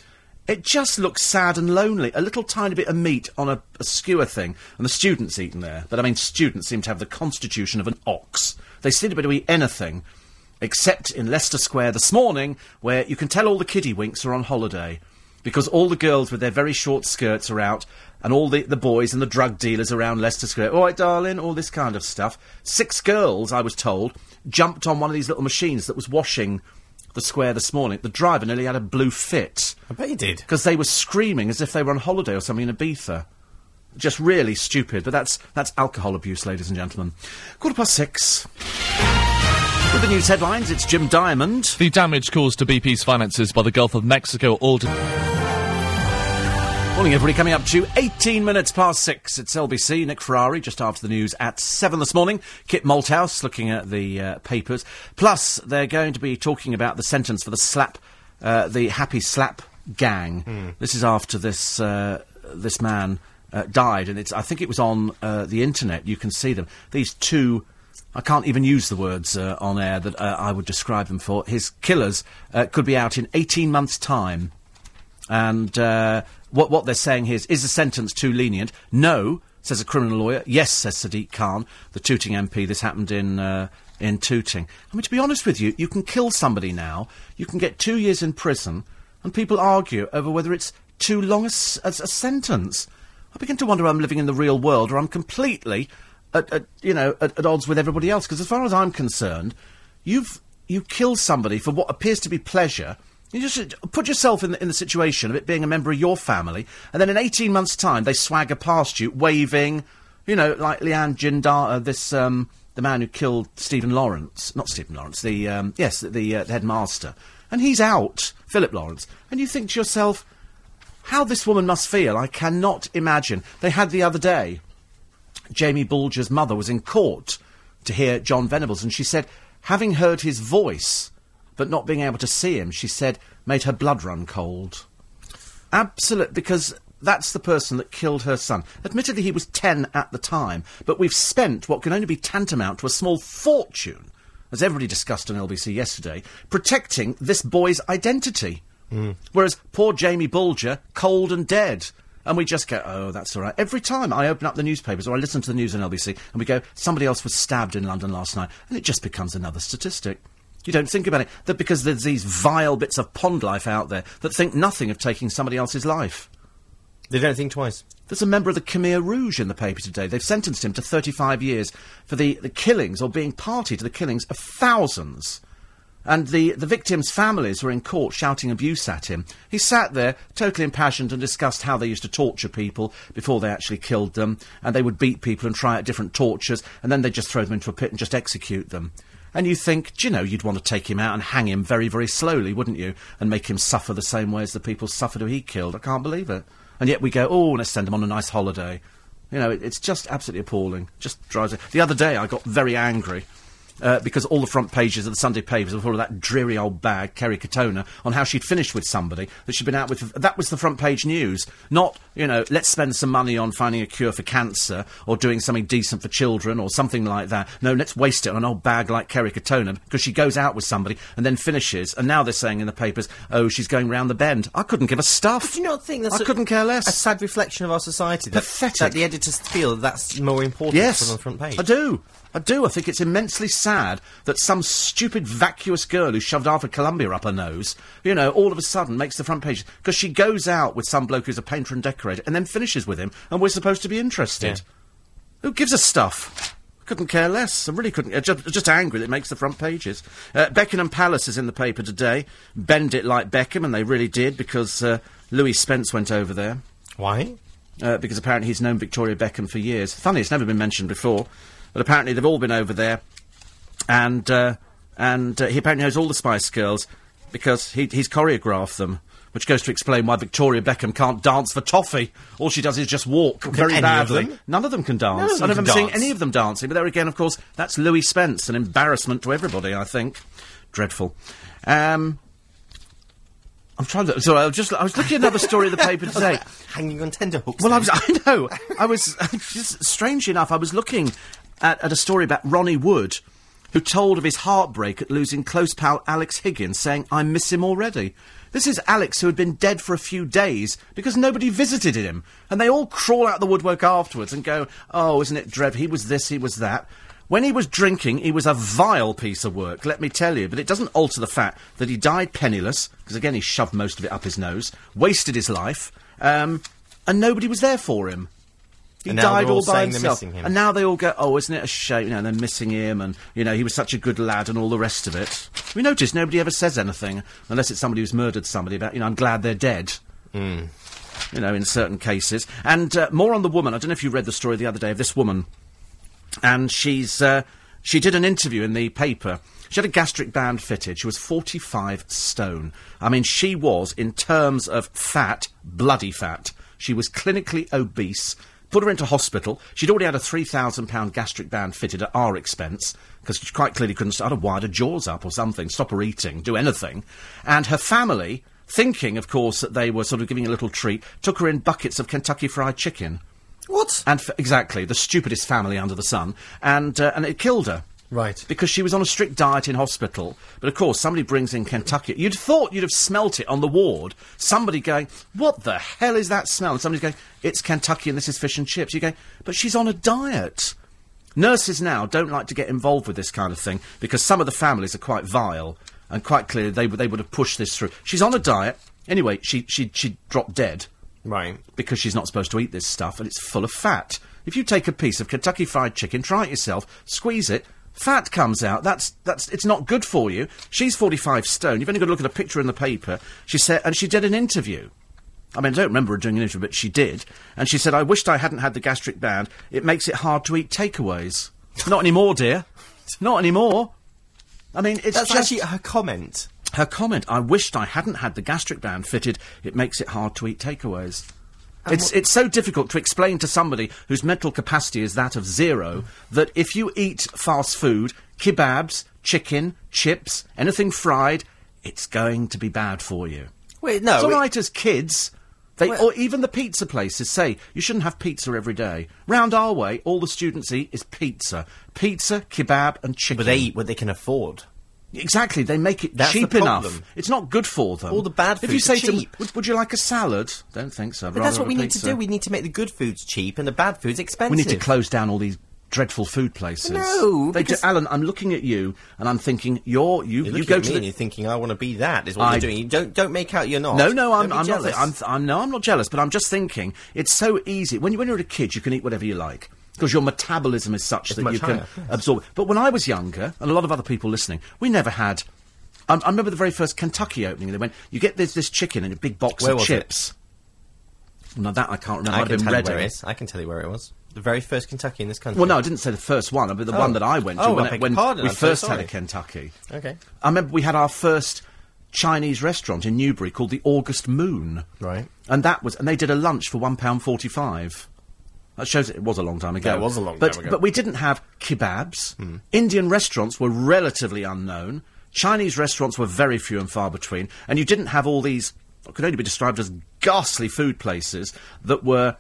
It just looks sad and lonely. A little tiny bit of meat on a, a skewer thing, and the students eating there. But I mean, students seem to have the constitution of an ox. They seem to be able to eat anything, except in Leicester Square this morning, where you can tell all the kiddie winks are on holiday. Because all the girls with their very short skirts are out, and all the, the boys and the drug dealers around Leicester Square, all right, darling, all this kind of stuff. Six girls, I was told, jumped on one of these little machines that was washing the square this morning. The driver nearly had a blue fit
I bet you did.
because they were screaming as if they were on holiday or something in Ibiza. Just really stupid, but that's that's alcohol abuse, ladies and gentlemen. Quarter past six. With the news headlines, it's Jim Diamond.
The damage caused to BP's finances by the Gulf of Mexico order.
Morning, everybody. Coming up to 18 minutes past six. It's LBC. Nick Ferrari just after the news at seven this morning. Kit Malthouse looking at the uh, papers. Plus, they're going to be talking about the sentence for the slap, uh, the happy slap gang. This is after this uh, this man uh, died, and it's I think it was on uh, the internet. You can see them. These two. I can't even use the words uh, on air that uh, I would describe them for. His killers uh, could be out in 18 months' time. And uh, what what they're saying here is, is the sentence too lenient? No, says a criminal lawyer. Yes, says Sadiq Khan, the Tooting MP. This happened in uh, in Tooting. I mean, to be honest with you, you can kill somebody now. You can get two years in prison, and people argue over whether it's too long a, s- a s- a sentence. I begin to wonder whether I'm living in the real world or I'm completely at, at you know at, at odds with everybody else. Because as far as I'm concerned, you've you kill somebody for what appears to be pleasure. You just uh, put yourself in the, in the situation of it being a member of your family, and then in 18 months' time, they swagger past you, waving, you know, like Leanne Jindar, this, um, the man who killed Stephen Lawrence, not Stephen Lawrence, the, um, yes, the, the, uh, the headmaster. And he's out, Philip Lawrence. And you think to yourself, how this woman must feel, I cannot imagine. They had the other day, Jamie Bulger's mother was in court to hear John Venables, and she said, having heard his voice but not being able to see him, she said, made her blood run cold. Absolute, because that's the person that killed her son. Admittedly, he was 10 at the time, but we've spent what can only be tantamount to a small fortune, as everybody discussed on LBC yesterday, protecting this boy's identity. Whereas poor Jamie Bulger, cold and dead. And we just go, oh, that's all right. Every time I open up the newspapers or I listen to the news on LBC and we go, somebody else was stabbed in London last night, and it just becomes another statistic. You don't think about it, that because there's these vile bits of pond life out there that think nothing of taking somebody else's life.
They don't think twice.
There's a member of the Khmer Rouge in the paper today. They've sentenced him to 35 years for the, the killings or being party to the killings of thousands. And the, the victims' families were in court shouting abuse at him. He sat there, totally impassioned, and discussed how they used to torture people before they actually killed them. And they would beat people and try out different tortures, and then they'd just throw them into a pit and just execute them. And you think, do you know, you'd want to take him out and hang him very, very slowly, wouldn't you? And make him suffer the same way as the people suffered who he killed. I can't believe it. And yet we go, oh, let's send him on a nice holiday. You know, it, it's just absolutely appalling. Just drives it. The other day I got very angry. Uh, because all the front pages of the Sunday papers were full of that dreary old bag, Kerry Katona, on how she'd finished with somebody that she'd been out with. That was the front page news. Not, you know, let's spend some money on finding a cure for cancer or doing something decent for children or something like that. No, let's waste it on an old bag like Kerry Katona because she goes out with somebody and then finishes. And now they're saying in the papers, oh, she's going round the bend. I couldn't give a stuff.
Do you not think that's?
I
a-
couldn't care less.
A sad reflection of our society. That,
Pathetic.
That the editors feel that's more important
Yes,
than on the front page.
I do. I do. I think it's immensely sad that some stupid vacuous girl who shoved half of Columbia up her nose, you know, all of a sudden makes the front page because she goes out with some bloke who's a painter and decorator and then finishes with him, and we're supposed to be interested.
Yeah.
Who gives a stuff? Couldn't care less. I really couldn't. uh, Just, just angry that it makes the front pages. Uh, Beckenham Palace is in the paper today. Bend it like Beckham, and they really did because uh, Louis Spence went over there
Why?
uh, because apparently he's known Victoria Beckham for years. Funny, it's never been mentioned before, but apparently they've all been over there, and uh, and uh, he apparently knows all the Spice Girls because he, he's choreographed them. Which goes to explain why Victoria Beckham can't dance for toffee. All she does is just walk very
any of
badly.
them?
None of them can dance.
None of
I've
them can
never seen
dance.
any of them dancing. But there again, of course, that's Louis Spence, an embarrassment to everybody. I think dreadful. Um, I'm trying to. Sorry, I was just. I was looking at another story in the paper today.
Hanging on tender hooks.
Well, I
then.
was. I know. I was. Just, strange enough, I was looking at, at a story about Ronnie Wood, who told of his heartbreak at losing close pal Alex Higgins, saying, "I miss him already." This is Alex, who had been dead for a few days because nobody visited him, and they all crawl out the woodwork afterwards and go, "Oh, isn't it dreadful? He was this, he was that." When he was drinking, he was a vile piece of work, let me tell you, but it doesn't alter the fact that he died penniless, because again he shoved most of it up his nose, wasted his life, um, and nobody was there for him. He
And now
died
they're all
all by
saying they're
himself.
missing him.
And now they all go, oh, isn't it a shame? You know, they're missing him, and, you know, he was such a good lad and all the rest of it. We notice nobody ever says anything, unless it's somebody who's murdered somebody about, you know, I'm glad they're dead
Hmm.
you know, in certain cases. And uh, more on the woman. I don't know if you read the story the other day of this woman, and she's uh, she did an interview in the paper. She had a gastric band fitted. She was 45 stone. I mean, she was, in terms of fat, bloody fat. She was clinically obese. Put her into hospital. She'd already had a £3,000 gastric band fitted at our expense because she quite clearly couldn't start to wire her jaws up or something, stop her eating, do anything. And her family thinking, of course, that they were sort of giving a little treat, took her in buckets of Kentucky Fried Chicken.
What?
And f- exactly, the stupidest family under the sun. And, uh, and it killed her.
Right.
Because she was on a strict diet in hospital. But of course, somebody brings in Kentucky. You'd thought you'd have smelt it on the ward. Somebody going, What the hell is that smell? And somebody's going, It's Kentucky and this is fish and chips. You go, But she's on a diet. Nurses now don't like to get involved with this kind of thing because some of the families are quite vile and quite clearly they, would- they would have pushed this through. She's on a diet. Anyway, she, she, she dropped dead
Right.
because she's not supposed to eat this stuff and it's full of fat. If you take a piece of Kentucky fried chicken, try it yourself, squeeze it, fat comes out. That's that's it's not good for you. She's 45 stone. You've only got to look at a picture in the paper. She said and she did an interview. I mean, I don't remember her doing an interview, but she did. And she said, "I wished I hadn't had the gastric band. It makes it hard to eat takeaways." not anymore, dear. Not anymore. I mean, it's
That's
just-
actually her comment.
her comment, I wished I hadn't had the gastric band fitted. It makes it hard to eat takeaways.
Um,
It's, it's so difficult to explain to somebody whose mental capacity is that of zero that if you eat fast food, kebabs, chicken, chips, anything fried, it's going to be bad for you.
Wait, no.
it's all
it-
right as kids. They,
Well-
or even the pizza places say you shouldn't have pizza every day. Round our way, all the students eat is pizza, pizza, kebab, and chicken.
But they eat what they can afford.
Exactly, they make it
That's the
cheap
problem.
enough. It's not good for them.
All the bad
If you
foods
say
are
to them,
cheap.
would, would you like a salad? Don't think so. I'd
But
rather
that's
have
what
a
we need to
pizza.
do. We need to make the good foods cheap and the bad foods expensive.
We need to close down all these dreadful food places.
No,
they do.
because-
Alan, I'm looking at you and I'm thinking, you're you.
You're
you
looking
go
at me
to
and
the
you're thinking, I want to be that. Is what
I-
you're doing. You don't don't make out you're not.
No, no, I'm,
Don't be
I'm not.
jealous.
I'm, I'm no, I'm not jealous, but I'm just thinking it's so easy when you when you're a kid, you can eat whatever you like because your metabolism is such that
much
you can
higher, yes.
absorb. But when I was younger, and a lot of other people listening, we never had. um, I, I remember the very first Kentucky opening. They went, you get this this chicken in a big box
Where
of
was it?
chips. Now that I can't remember.
I
I've
can
been
tell you
red.
where it
Ink.
is. I can tell you where it was. The very first Kentucky in this country.
Well, no, I didn't say the first one, but the
Oh.
one that I went to
Oh,
when,
I
it-
beg
when
your pardon,
we
I'm so
first had
sorry.
a Kentucky.
Okay.
I remember we had our first Chinese restaurant in Newbury called the August Moon.
Right.
And that was, and they did a lunch for one pound forty-five. That shows it was a long time ago.
That was a long
but,
time ago. Hmm.
But we didn't have kebabs. Indian restaurants were relatively unknown. Chinese restaurants were very few and far between, and you didn't have all these what could only be described as ghastly food places that were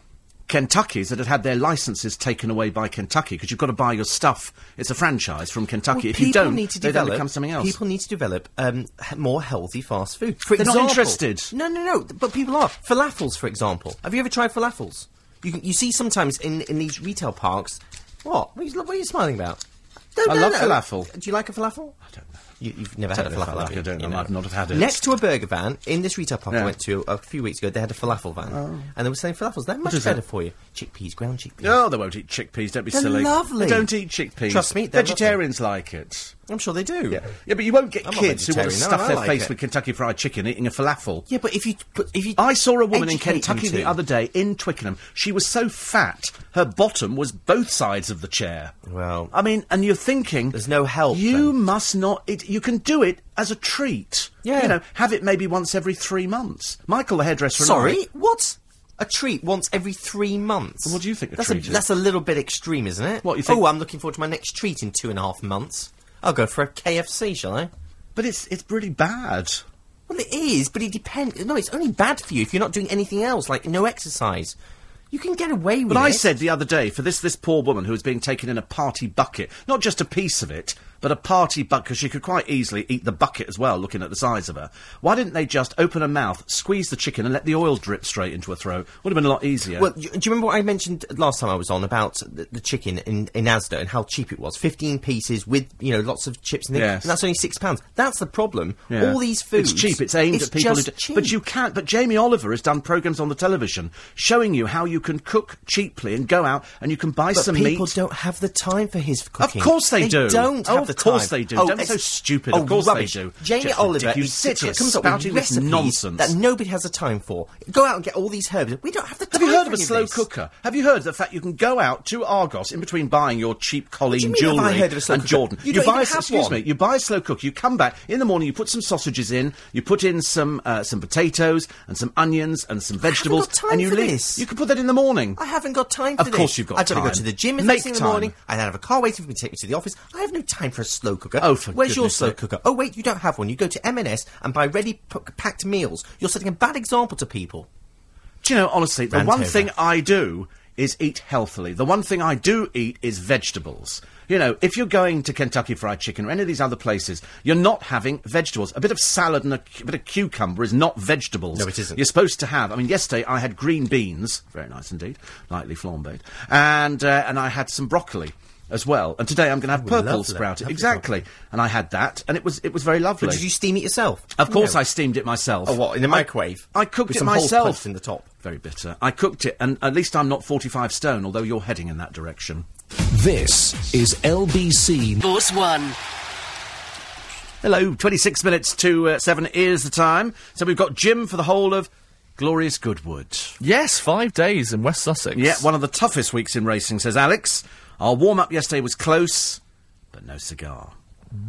Kentucky's that had had their licenses taken away by Kentucky because you've got to buy your stuff. It's a franchise from Kentucky. if you
people
don't,
need to
they
develop,
then become something else.
People need to develop um, he- more healthy fast food. For
They're not
example-
interested.
No, no, no. th- But people are falafels, for example. Have you ever tried falafels? You can, you see sometimes in, in these retail parks. What? What are you, what are you smiling about? No,
I
no,
love
no.
falafel.
Do you like a falafel? I
don't know.
You, you've never
Don't
had a
know if I
falafel.
like
have you?
it, don't
You
know.
know.
I've not had it.
Next to a burger van in this retail park
Yeah. Oh.
I went to a few weeks ago, they had a falafel van, and they were selling falafels. They're
is
much
that?
better for you. Chickpeas, ground chickpeas.
No, Oh, they won't eat chickpeas. Don't be
They're
silly.
lovely.
They don't eat chickpeas.
Trust me, they're
vegetarians like it.
I'm sure they do.
Yeah, yeah, but you won't get
I'm a
kids who want to
vegetarian, no,
stuff
I
their
like
face
it.
with Kentucky Fried Chicken eating a falafel.
Yeah, but if you but if you,
I saw a woman in
educate them
Kentucky the
to-
other day in Twickenham. She was so fat, her bottom was both sides of the chair.
Well-
I mean, and you're thinking
There's no help,
You
then.
must not. It, you can do it as a treat.
Yeah.
you know, have it maybe once every three months. Michael, the hairdresser. and I-
Sorry, what? A treat once every three months.
Well, what do you think a
that's
treat
a,
is?
That's a little bit extreme, isn't it?
What, you think-
Oh, I'm looking forward to my next treat in two and a half months. I'll go for a KFC, shall I?
but it's it's really bad.
Well, it is, but it depends. No, it's only bad for you if you're not doing anything else, like no exercise. You can get away with
But
it.
I said the other day for this this poor woman who was being taken in a party bucket, not just a piece of it, but a party bucket, because she could quite easily eat the bucket as well, looking at the size of her. Why didn't they just open her mouth, squeeze the chicken, and let the oil drip straight into her throat? Would have been a lot easier.
Well, do you, do you remember what I mentioned last time I was on about the, the chicken in, in Asda and how cheap it was? Fifteen pieces with you know lots of chips and things,
Yes.
and that's only six pounds. That's the problem.
Yeah.
All these foods,
It's cheap. It's aimed at people
just
who. Do,
cheap.
but you can't. But Jamie Oliver has done programs on the television showing you how you can cook cheaply and go out and you can buy
But
some meat.
people don't have the time for his cooking.
Of course they, do.
Don't
oh,
have
of
the time.
course they do.
Oh,
Don't be
ex-
so stupid.
Oh,
of course
rubbish.
they do.
Jamie
Just
Oliver
ridiculous.
is sitting here, comes up
spouting
with
this
recipes
nonsense.
that nobody has the time for. Go out and get all these herbs. We don't have the time.
Have you heard of
for
a
any
slow
this.
cooker? Have you heard of the fact you can go out to Argos in between buying your cheap
do
Colleen
you mean, have I
jewellery
heard of a slow
and
cooker?
Jordan?
You don't
buy a,
even have
excuse
one.
me. You buy a slow cooker. You come back in the morning. You put some sausages in. You put in some uh, some potatoes and some onions and some vegetables.
got time
and you
for
leave.
this.
You can put that in the morning.
I haven't got time for
Of
this.
course you've got
I've got
time.
to go to the gym at
Make
six in the
time.
morning. I then have a car waiting for me to take me to the office. I have no time for a slow cooker.
Oh, for
Where's your
goodness
slow
sake.
cooker? Oh, wait, you don't have one. You go to M&S and buy ready p- packed meals. You're setting a bad example to people.
Do you know, honestly, the
Rant
one
over.
thing I do is eat healthily. The one thing I do eat is vegetables. You know, if you're going to Kentucky Fried Chicken or any of these other places, you're not having vegetables. A bit of salad and a cu- bit of cucumber is not vegetables.
No, it isn't.
You're supposed to have. I mean, yesterday I had green beans, very nice indeed, lightly flambéed, and uh, and I had some broccoli as well. And today I'm going to have purple
lovely.
sprouted,
Lovely
exactly. And I had that, and it was it was very lovely.
But did you steam it yourself?
Of course,
No.
I steamed it myself.
Oh, what, in the microwave?
I, I cooked
With
it
some holes
myself.
punched in the top.
Very bitter. I cooked it, and at least I'm not 45 stone, although you're heading in that direction.
This is LBC.
Sports One.
Hello, 26 minutes to uh, 7 is the time. So we've got Jim for the whole of Glorious Goodwood.
Yes, five days in West Sussex.
Yeah, one of the toughest weeks in racing, says Alex. Our warm up yesterday was close, but no cigar.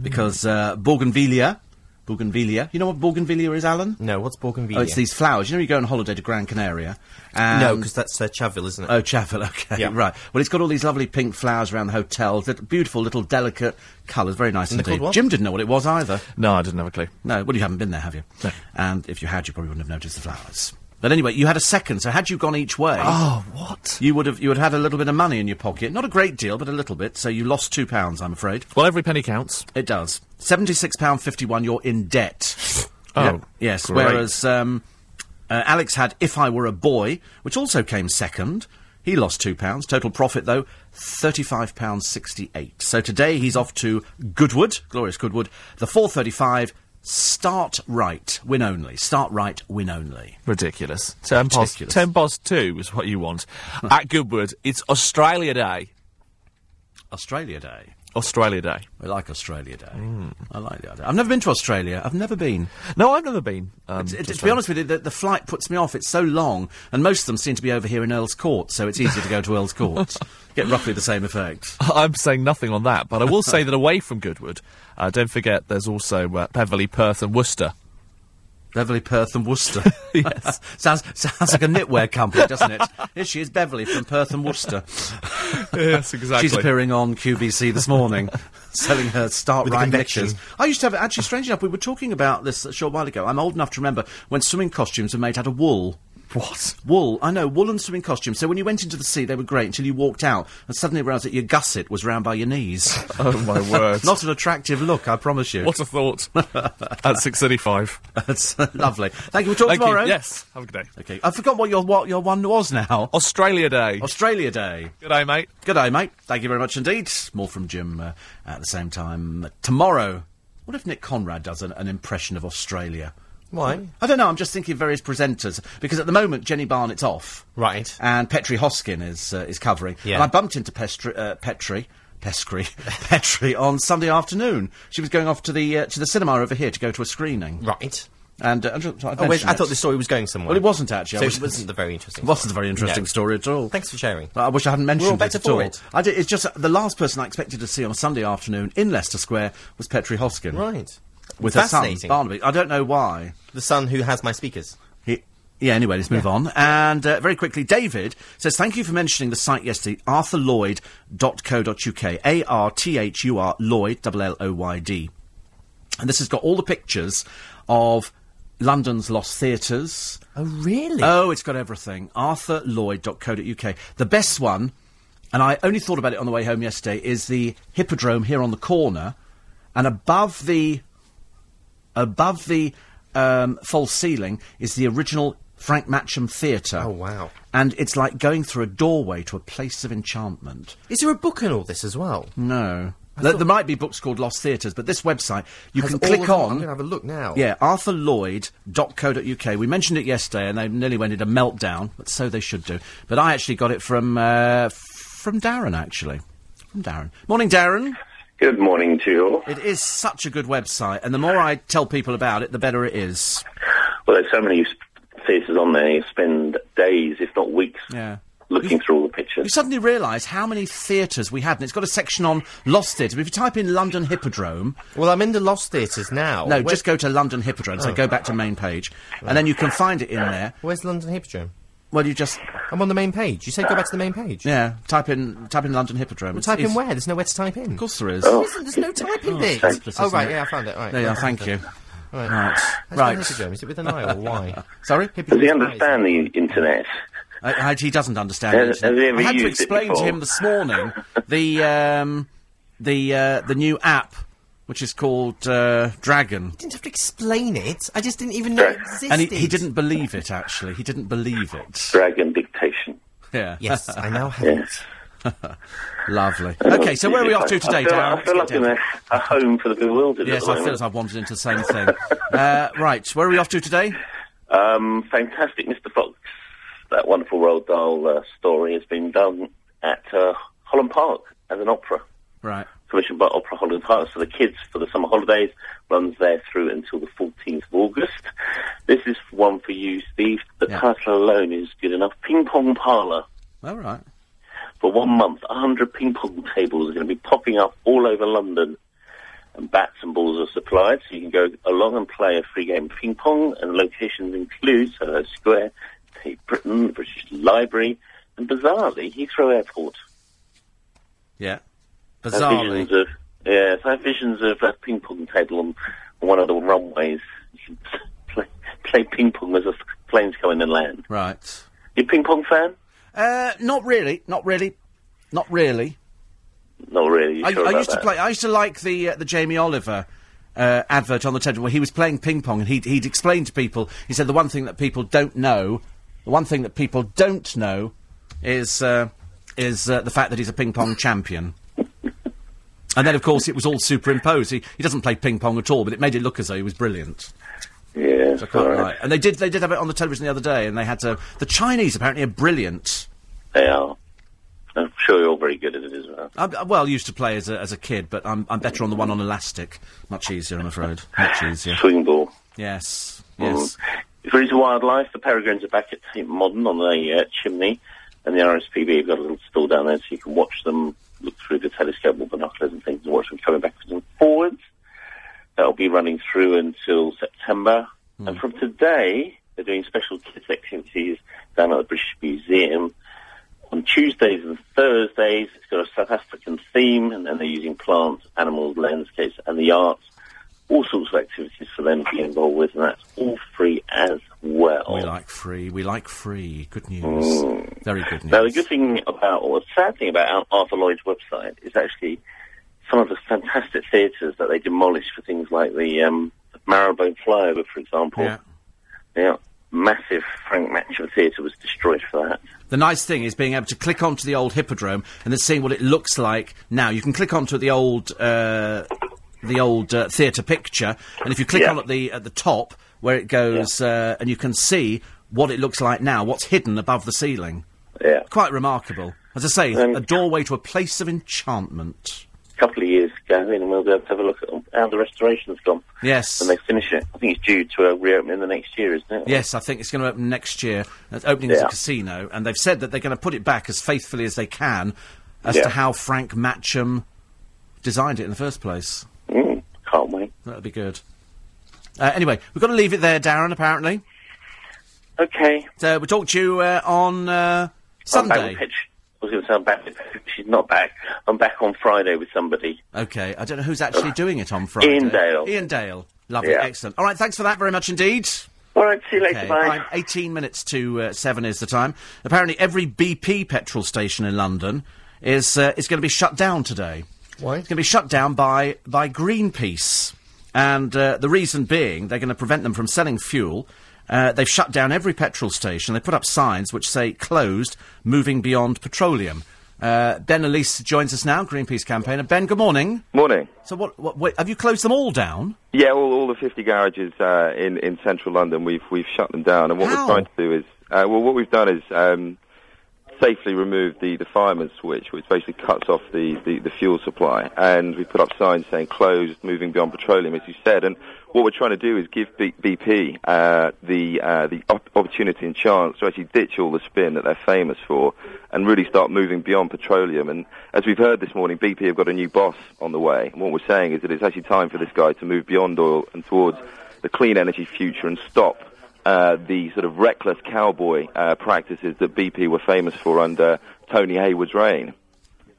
Because uh, Bougainvillea. Bougainvillea. You know what Bougainvillea is, Alan?
No, what's Bougainvillea?
Oh, it's these flowers. You know, you go on holiday to Gran Canaria. And
No, because that's uh, Chaville, isn't it?
Oh, Chapel, okay,
Yeah.
right. Well, it's got all these lovely pink flowers around the hotel, that beautiful little delicate colours, very nice
they're
indeed.
called what?
Jim didn't know what it was either.
No, I didn't have a clue.
No, well, you haven't been there, have you? No. And if you had, you probably wouldn't have noticed the flowers. But anyway, you had a second, so had you gone each way,
Oh, what?
you would have you would have had a little bit of money in your pocket, not a great deal, but a little bit. So you lost two pounds, I'm afraid.
Well, every penny counts.
It does seventy six pound fifty one. You're in debt.
Oh,
Yeah, yes.
great.
Whereas um, uh, Alex had "If I Were a Boy," which also came second. He lost two pounds. Total profit though thirty-five pounds sixty-eight. So today he's off to Goodwood, glorious Goodwood, the four thirty-five. Start right, win only. Start right, win only.
Ridiculous. Ten past,
Ridiculous.
ten past two is what you want. At Goodwood, it's Australia Day.
Australia Day.
Australia Day.
We like Australia Day. I like the idea. I've never been to Australia. I've never been.
No, I've never been. Um,
T-
just
to be
now.
honest with you, the, the flight puts me off. It's so long, and most of them seem to be over here in Earl's Court, so it's easier to go to Earl's Court. Get roughly the same effect.
I'm saying nothing on that, but I will say that away from Goodwood, uh, don't forget there's also uh, Beverley, Perth, and Worcester.
Beverly, Perth, and Worcester.
Yes.
sounds sounds like a knitwear company, doesn't it? Here she is, Beverly from Perth and Worcester.
yes, exactly.
She's appearing on QVC this morning, selling her start
With a
right
conviction.
pictures. I used to have actually. Strange enough, we were talking about this a short while ago. I'm old enough to remember when swimming costumes were made out of wool.
What?
Wool, I know, wool and swimming costumes. So when you went into the sea, they were great until you walked out and suddenly realised that your gusset was round by your knees.
Oh my word!
Not an attractive look, I promise you.
what a thought. At six thirty-five.
That's lovely. Thank you. We'll talk
Thank
tomorrow.
you. Yes. Have a good day.
Okay. I forgot what your what your one was now.
Australia Day.
Australia Day.
good day, mate.
Good day, mate. Thank you very much indeed. More from Jim uh, at the same time uh, tomorrow. What if Nick Conrad does an, an impression of Australia?
Why?
I don't know. I'm just thinking of various presenters because at the moment Jenny Barnett's off,
Right.
And Petri Hoskin is uh, is covering.
Yeah.
And I bumped into Pestri, uh, Petri. Pescri, Petri on Sunday afternoon. She was going off to the uh, to the cinema over here to go to a screening.
Right.
And uh, I just- I've
Oh, wait,
mentioned
I
it.
thought the story was going somewhere.
Well, it wasn't actually. I
So
wish-
it wasn't the very interesting.
It wasn't a very interesting
No.
story at all.
Thanks for sharing.
I wish I hadn't mentioned
all better
it at
for
all.
it.
I did, it's just the last person I expected to see on a Sunday afternoon in Leicester Square was Petri Hoskin.
Right.
With her son,
Fascinating.
Barnaby. I don't know why.
The son who has my speakers.
He- yeah, anyway, let's move on. And uh, very quickly, David says, Thank you for mentioning the site yesterday, arthurlloyd.co.uk. A R T H U R Lloyd, double L O Y D. And this has got all the pictures of London's lost theatres.
Oh, really?
Oh, it's got everything. ArthurLloyd.co.uk. The best one, and I only thought about it on the way home yesterday, is the Hippodrome here on the corner, and above the above the um, false ceiling is the original Frank Matcham Theatre.
Oh, wow.
And it's like going through a doorway to a place of enchantment.
Is there a book in all this as well?
No. There, there might be books called Lost Theatres, but this website, you
Has
can
all
click
of them-
on.
I'm gonna have a look now.
Yeah, arthurlloyd.co.uk. We mentioned it yesterday and they nearly went into meltdown, but so they should do. But I actually got it from, uh, f- from Darren, actually. From Darren. Morning, Darren.
Good morning to you all.
It is such a good website, and the more I tell people about it, the better it is.
Well, there's so many theatres on there, you spend days, if not weeks,
Yeah.
looking through all the
You
pictures.
suddenly realise how many theatres we had, and it's got a section on Lost Theatre. If you type in London Hippodrome,
Well, I'm in the Lost Theatres now.
no,
Where-
just go to London Hippodrome, so go back to main page, and then you can find it in there.
Where's London Hippodrome?
Well, you just,
I'm on the main page. You said go back to the main page.
yeah, type in type in London Hippodrome.
Well,
It's-
type in
it's-
where? There's nowhere to type in.
Of course there is.
There isn't. There's no typing bit.
senseless,
oh,
isn't
right.
it?
Yeah, I found it. Right.
There you
I
are,
found
thank you.
it.
Right.
Right. How's
Right.
London Hippodrome? Is it with an I or Y?
Sorry?
Does he understand the internet?
I, I, he doesn't understand.
Has-
actually.
has he ever
I had to
used it
explain to
before?
him this morning the um, the uh, the new app, which is called uh, Dragon,
didn't have to explain it. I just didn't even know it
Right.
existed.
and he, he didn't believe it. Actually, he didn't believe it.
Dragon dictation.
Yeah.
Yes, I now have
Yeah.
it.
Lovely. Okay, so where are we off to today,
I feel,
Darren?
I feel like
Let's get
I'm
down.
in a, a home for the bewildered.
Yes,
at
I
the
feel
moment.
as I've wandered into the same thing. Uh, right, where are we off to today?
Um, fantastic, Mr. Fox. That wonderful Roald Dahl uh, story has been done at uh, Holland Park as an opera,
Right.
commissioned by Opera Holland Park. So the kids for the summer holidays runs there through until the 14th of August. This is one for you, Steve. The
Yeah.
title alone is good enough. Ping Pong Parlor.
All right.
For one month, 100 ping pong tables are going to be popping up all over London. And bats and balls are supplied, so you can go along and play a free game of ping pong. And locations include Soho Square, Tate Britain, the British Library, and bizarrely, Heathrow Airport.
Yeah.
I had
Bizarrely.
visions of, yeah, so I had visions of a ping pong table on, on one of the runways. You can play, play ping pong as the planes come in and land.
Right.
You a ping pong fan?
Uh, not really. Not really. Not really.
Not really. You
I,
sure
I
about
used to
that?
play. I used to like the uh, the Jamie Oliver uh, advert on the television where he was playing ping pong and he'd, he'd explain to people. He said the one thing that people don't know, the one thing that people don't know, is uh, is uh, the fact that he's a ping pong champion. And then, of course, it was all superimposed. He, he doesn't play ping pong at all, but it made it look as though he was brilliant.
Yeah,
I can't
all right.
lie. And they did they did uh, have it on the television the other day, and they had to. The Chinese apparently are brilliant.
They are. I'm sure you're all very good at it as well.
I'm, I'm well used to play as a, as a kid, but I'm, I'm better on the one on elastic. Much easier, I'm afraid. Much easier.
Swing ball.
Yes. Yes.
Mm. For his wildlife, the peregrines are back at St Modern on the uh, chimney, and the RSPB have got a little stall down there so you can watch them look through the telescope or binoculars and things and watch them coming backwards and forwards. That'll be running through until September.
Hmm.
And from today, they're doing special kids activities down at the British Museum. On Tuesdays and Thursdays, it's got a South African theme, and then they're using plants, animals, landscapes, and the arts. All sorts of activities for them to be involved with, and that's all free as well.
We like free. We like free. Good news.
Mm.
Very good news.
Now, the good thing about, or the sad thing about Ar- Arthur Lloyd's website is actually some of the fantastic theatres that they demolish for things like the um, Marrowbone Flyover, for example.
Yeah.
Yeah, massive Frank Matcham Theatre was destroyed for that.
The nice thing is being able to click onto the old hippodrome and then seeing what it looks like now. You can click onto the old uh, the old uh, theatre picture, and if you click
Yeah.
on at the at the top where it goes, uh, and you can see what it looks like now, what's hidden above the ceiling.
Yeah,
Quite remarkable. As I say,
Um,
a doorway to a place of enchantment.
a couple of years ago, and we'll be able to have a look at how the restoration's gone
Yes.
when they finish it. I think it's due to uh, reopen in the next year, isn't it?
Yes, I think it's going to open next year. It's opening as a
Yeah.
casino, and they've said that they're going to put it back as faithfully as they can as
Yeah.
to how Frank Matcham designed it in the first place.
Mm, can't wait.
That'll be good. Uh, anyway, we've got to leave it there, Darren, apparently.
Okay.
So we'll talk to you uh, on uh,
I'm back
Sunday.
with Pitch. I was going to say I'm back with Pitch. She's not back. I'm back on Friday with somebody.
Okay, I don't know who's actually doing it on Friday.
Ian Dale.
Ian Dale. Lovely,
Yeah.
excellent. All right, thanks for that very much indeed.
All right, see you later.
Okay,
bye.
fine. 18 minutes to uh, 7 is the time. Apparently, every BP petrol station in London is, uh, is going to be shut down today.
Why?
It's going to be shut down by, by Greenpeace. And uh, the reason being, they're going to prevent them from selling fuel. Uh, they've shut down every petrol station. They put up signs which say closed, moving beyond petroleum. Uh, ben Elise joins us now, Greenpeace campaigner. Ben, good morning.
Morning.
So, what, what, wait, have you closed them all down?
Yeah, all, all the 50 garages uh, in, in central London, we've, we've shut them down. And what
How?
we're trying to do is, uh, well, what we've done is um, safely remove the, the fireman switch, which basically cuts off the, the, the fuel supply. And we put up signs saying closed, moving beyond petroleum, as you said. And what we're trying to do is give B- BP uh, the, uh, the op- opportunity and chance to actually ditch all the spin that they're famous for and really start moving beyond petroleum. And as we've heard this morning, BP have got a new boss on the way. And what we're saying is that it's actually time for this guy to move beyond oil and towards the clean energy future and stop uh, the sort of reckless cowboy uh, practices that BP were famous for under Tony Hayward's reign.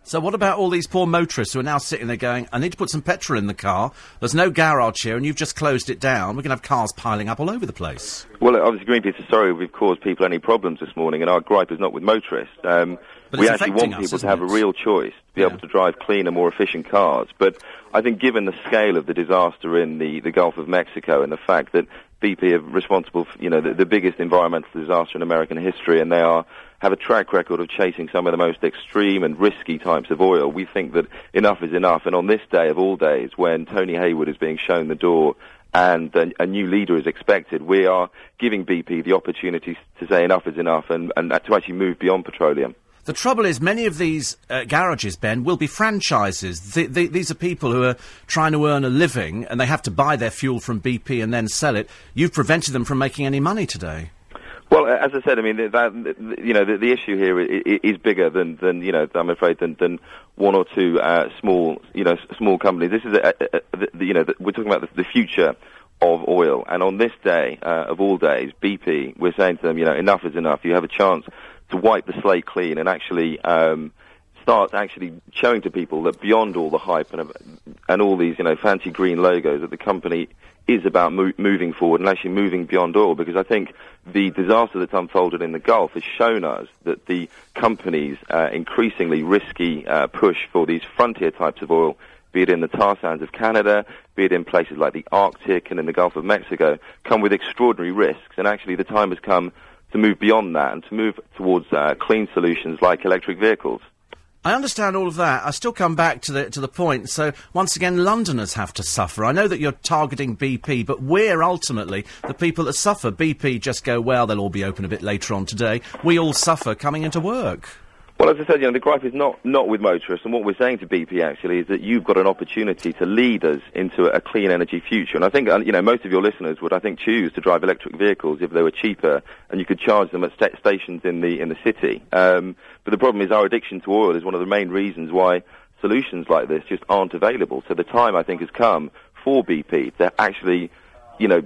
So what about all these poor motorists who are now sitting there going, I need to put some petrol in the car. There's no garage here and you've just closed it down. We're going to have cars piling up all over the place.
Well, obviously, Greenpeace is sorry we've caused people any problems this morning, and our gripe is not with motorists. Um,
But
we
it's
actually
affecting
want
us,
people to
isn't
have a
it?
real choice to be
Yeah.
able to drive cleaner, more efficient cars. But I think, given the scale of the disaster in the, the Gulf of Mexico and the fact that BP are responsible for you know the, the biggest environmental disaster in American history, and they are have a track record of chasing some of the most extreme and risky types of oil. We think that enough is enough, and on this day of all days, when Tony Hayward is being shown the door and a, a new leader is expected. We are giving BP the opportunity to say enough is enough and, and to actually move beyond petroleum.
The trouble is, many of these uh, garages, Ben, will be franchises. Th- th- these are people who are trying to earn a living and they have to buy their fuel from BP and then sell it. You've prevented them from making any money today.
Well, a- as I said, I mean, th- that, th- you know, the, the issue here is, is bigger than, than, you know, I'm afraid than, than one or two uh, small, you know, s- small companies. This is, a, a, a, the, the- you know, the, we're talking about the, the future of oil, and on this day uh, of all days, BP, we're saying to them, you know, enough is enough. You have a chance to wipe the slate clean and actually. Um, start actually showing to people that beyond all the hype and, and all these you know fancy green logos that the company is about mo- moving forward and actually moving beyond oil because I think the disaster that's unfolded in the Gulf has shown us that the company's uh, increasingly risky uh, push for these frontier types of oil be it in the tar sands of Canada, be it in places like the Arctic and in the Gulf of Mexico, come with extraordinary risks. And actually, the time has come to move beyond that and to move towards uh, clean solutions like electric vehicles.
I understand all of that. I still come back to the to the point. So once again, Londoners have to suffer. I know that you're targeting BP, but we're ultimately the people that suffer. BP just go well. They'll all be open a bit later on today. We all suffer coming into work.
Well, as I said, you know, the gripe is not, not with motorists, and what we're saying to BP actually is that you've got an opportunity to lead us into a, a clean energy future. And I think, uh, you know, most of your listeners would, I think, choose to drive electric vehicles if they were cheaper and you could charge them at sta- stations in the, in the city. Um, but the problem is our addiction to oil is one of the main reasons why solutions like this just aren't available. So the time, I think, has come for BP to actually, you know,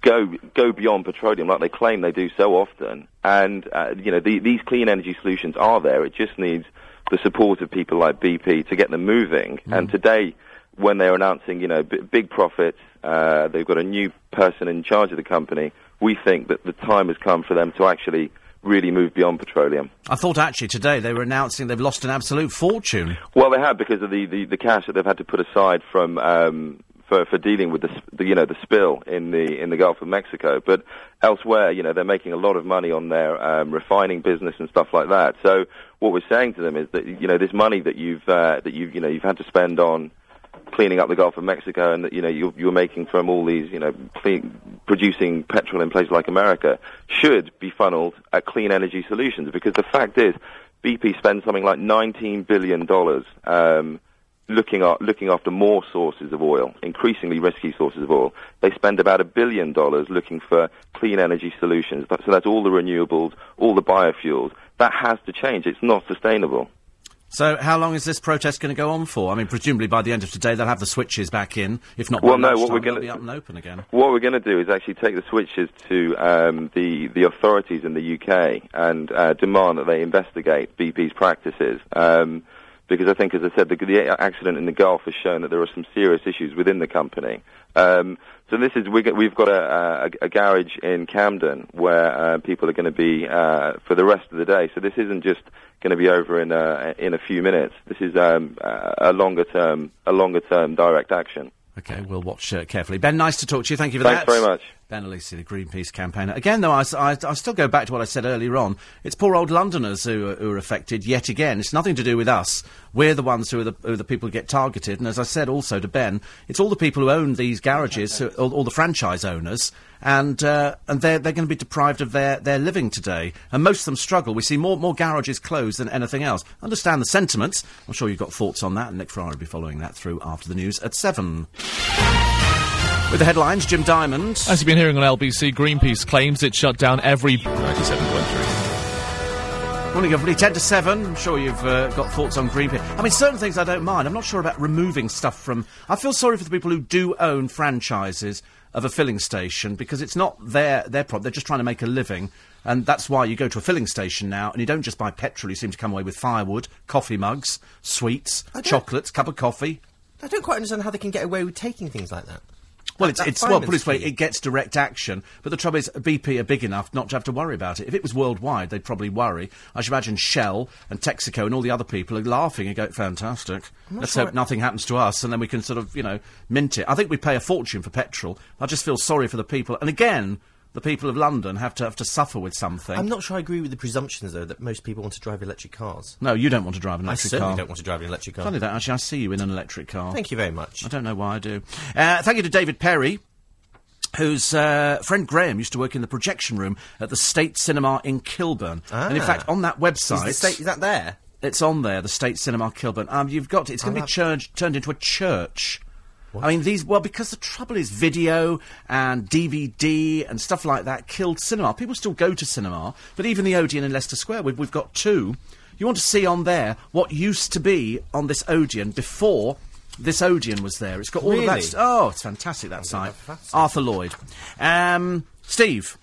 go go beyond petroleum like they claim they do so often. And uh, you know the, these clean energy solutions are there. It just needs the support of people like BP to get them moving. And today, when they're announcing you know b- big profits, uh, they've got a new person in charge of the company. We think that the time has come for them to actually really move beyond petroleum.
I thought actually today they were announcing they've lost an absolute fortune.
Well, they have because of the, the, the cash that they've had to put aside from um, for, for dealing with the, s- the you know the spill in the in the Gulf of Mexico. But elsewhere, you know, they're making a lot of money on their um, refining business and stuff like that. So what we're saying to them is that you know this money that you've uh, that you've you know you've had to spend on cleaning up the Gulf of Mexico and that you know you're, you're making from all these you know clean, producing petrol in places like America should be funneled at clean energy solutions because the fact is BP spends something like 19 billion dollars um, looking at, looking after more sources of oil, increasingly risky sources of oil. They spend about a billion dollars looking for clean energy solutions. That- So that's all the renewables, all the biofuels. That has to change. It's not sustainable.
So how long is this protest going to go on for? I mean, presumably by the end of today they'll have the switches back in. If not, by
Well, no, what
lunchtime,
we're
they'll
gonna-
be up and open again.
What we're going to do is actually take the switches to um, the the authorities in the UK and uh, demand that they investigate BP's practices. Um, because I think, as I said, the, the accident in the Gulf has shown that there are some serious issues within the company. Um, so this is we're, go- we've got a, a, a garage in Camden where uh, people are going to be uh, for the rest of the day. So this isn't just going to be over in a, in a few minutes. This is um, a longer term a longer term direct action.
Okay, we'll watch uh, carefully. Ben, nice to talk to you. Thank you for
Thanks
that.
very much.
Ben Alisi, the Greenpeace campaigner. Again, though, I, s- I- I still go back to what I said earlier on. It's poor old Londoners who are, who are affected yet again. It's nothing to do with us. We're the ones who are the, who are the people who get targeted. And as I said also to Ben, it's all the people who own these garages, who, all, all the franchise owners, and uh, and they're, they're going to be deprived of their, their living today. And most of them struggle. We see more, more garages closed than anything else. Understand the sentiments. I'm sure you've got thoughts on that. And Nick Ferrari will be following that through after the news at 7. With the headlines, Jim Diamond.
As you've been hearing on LBC, Greenpeace claims it shut down every.
97.3.
Morning, everybody. 10 to 7. I'm sure you've uh, got thoughts on Greenpeace. I mean, certain things I don't mind. I'm not sure about removing stuff from. I feel sorry for the people who do own franchises of a filling station because it's not their, their problem. They're just trying to make a living. And that's why you go to a filling station now and you don't just buy petrol. You seem to come away with firewood, coffee mugs, sweets,
don't-
chocolates, cup of coffee.
I don't quite understand how they can get away with taking things like that.
Well,
That-
it's,
that
it's well
fireman's
put it this way,
fee.
it gets direct action. But the trouble is, BP are big enough not to have to worry about it. If it was worldwide, they'd probably worry. I should imagine Shell and Texaco and all the other people are laughing and go, "Fantastic! Let's
sure
hope
it-
nothing happens to us, and then we can sort of, you know, mint it." I think we pay a fortune for petrol. I just feel sorry for the people, and again, the people of London have to have to suffer with something.
I'm not sure I agree with the presumptions, though, that most people want to drive electric cars.
no, you don't want to drive an
I
electric
certainly
car.
don't want to drive an electric car.
Funny that actually, I see you in an electric car.
Thank you very much.
I don't know why I do. Uh, thank you to David Perry. Whose uh, friend Graham used to work in the projection room at the State Cinema in Kilburn, and in
Ah.
fact, on that
Is,
website,
the state, is that there?
it's on there, the State Cinema Kilburn. Um, you've got it's going to
I'll
be
have-
church, turned into a church. I mean, these well because the trouble is video and DVD and stuff like that killed cinema. People still go to cinema, but even the Odeon in Leicester Square, we've, we've got two. You want to see on there what used to be on this Odeon before this Odeon was there. It's got all of
Really?
that. St- oh, it's fantastic that site.
fascinating.
Arthur Lloyd, um, Steve.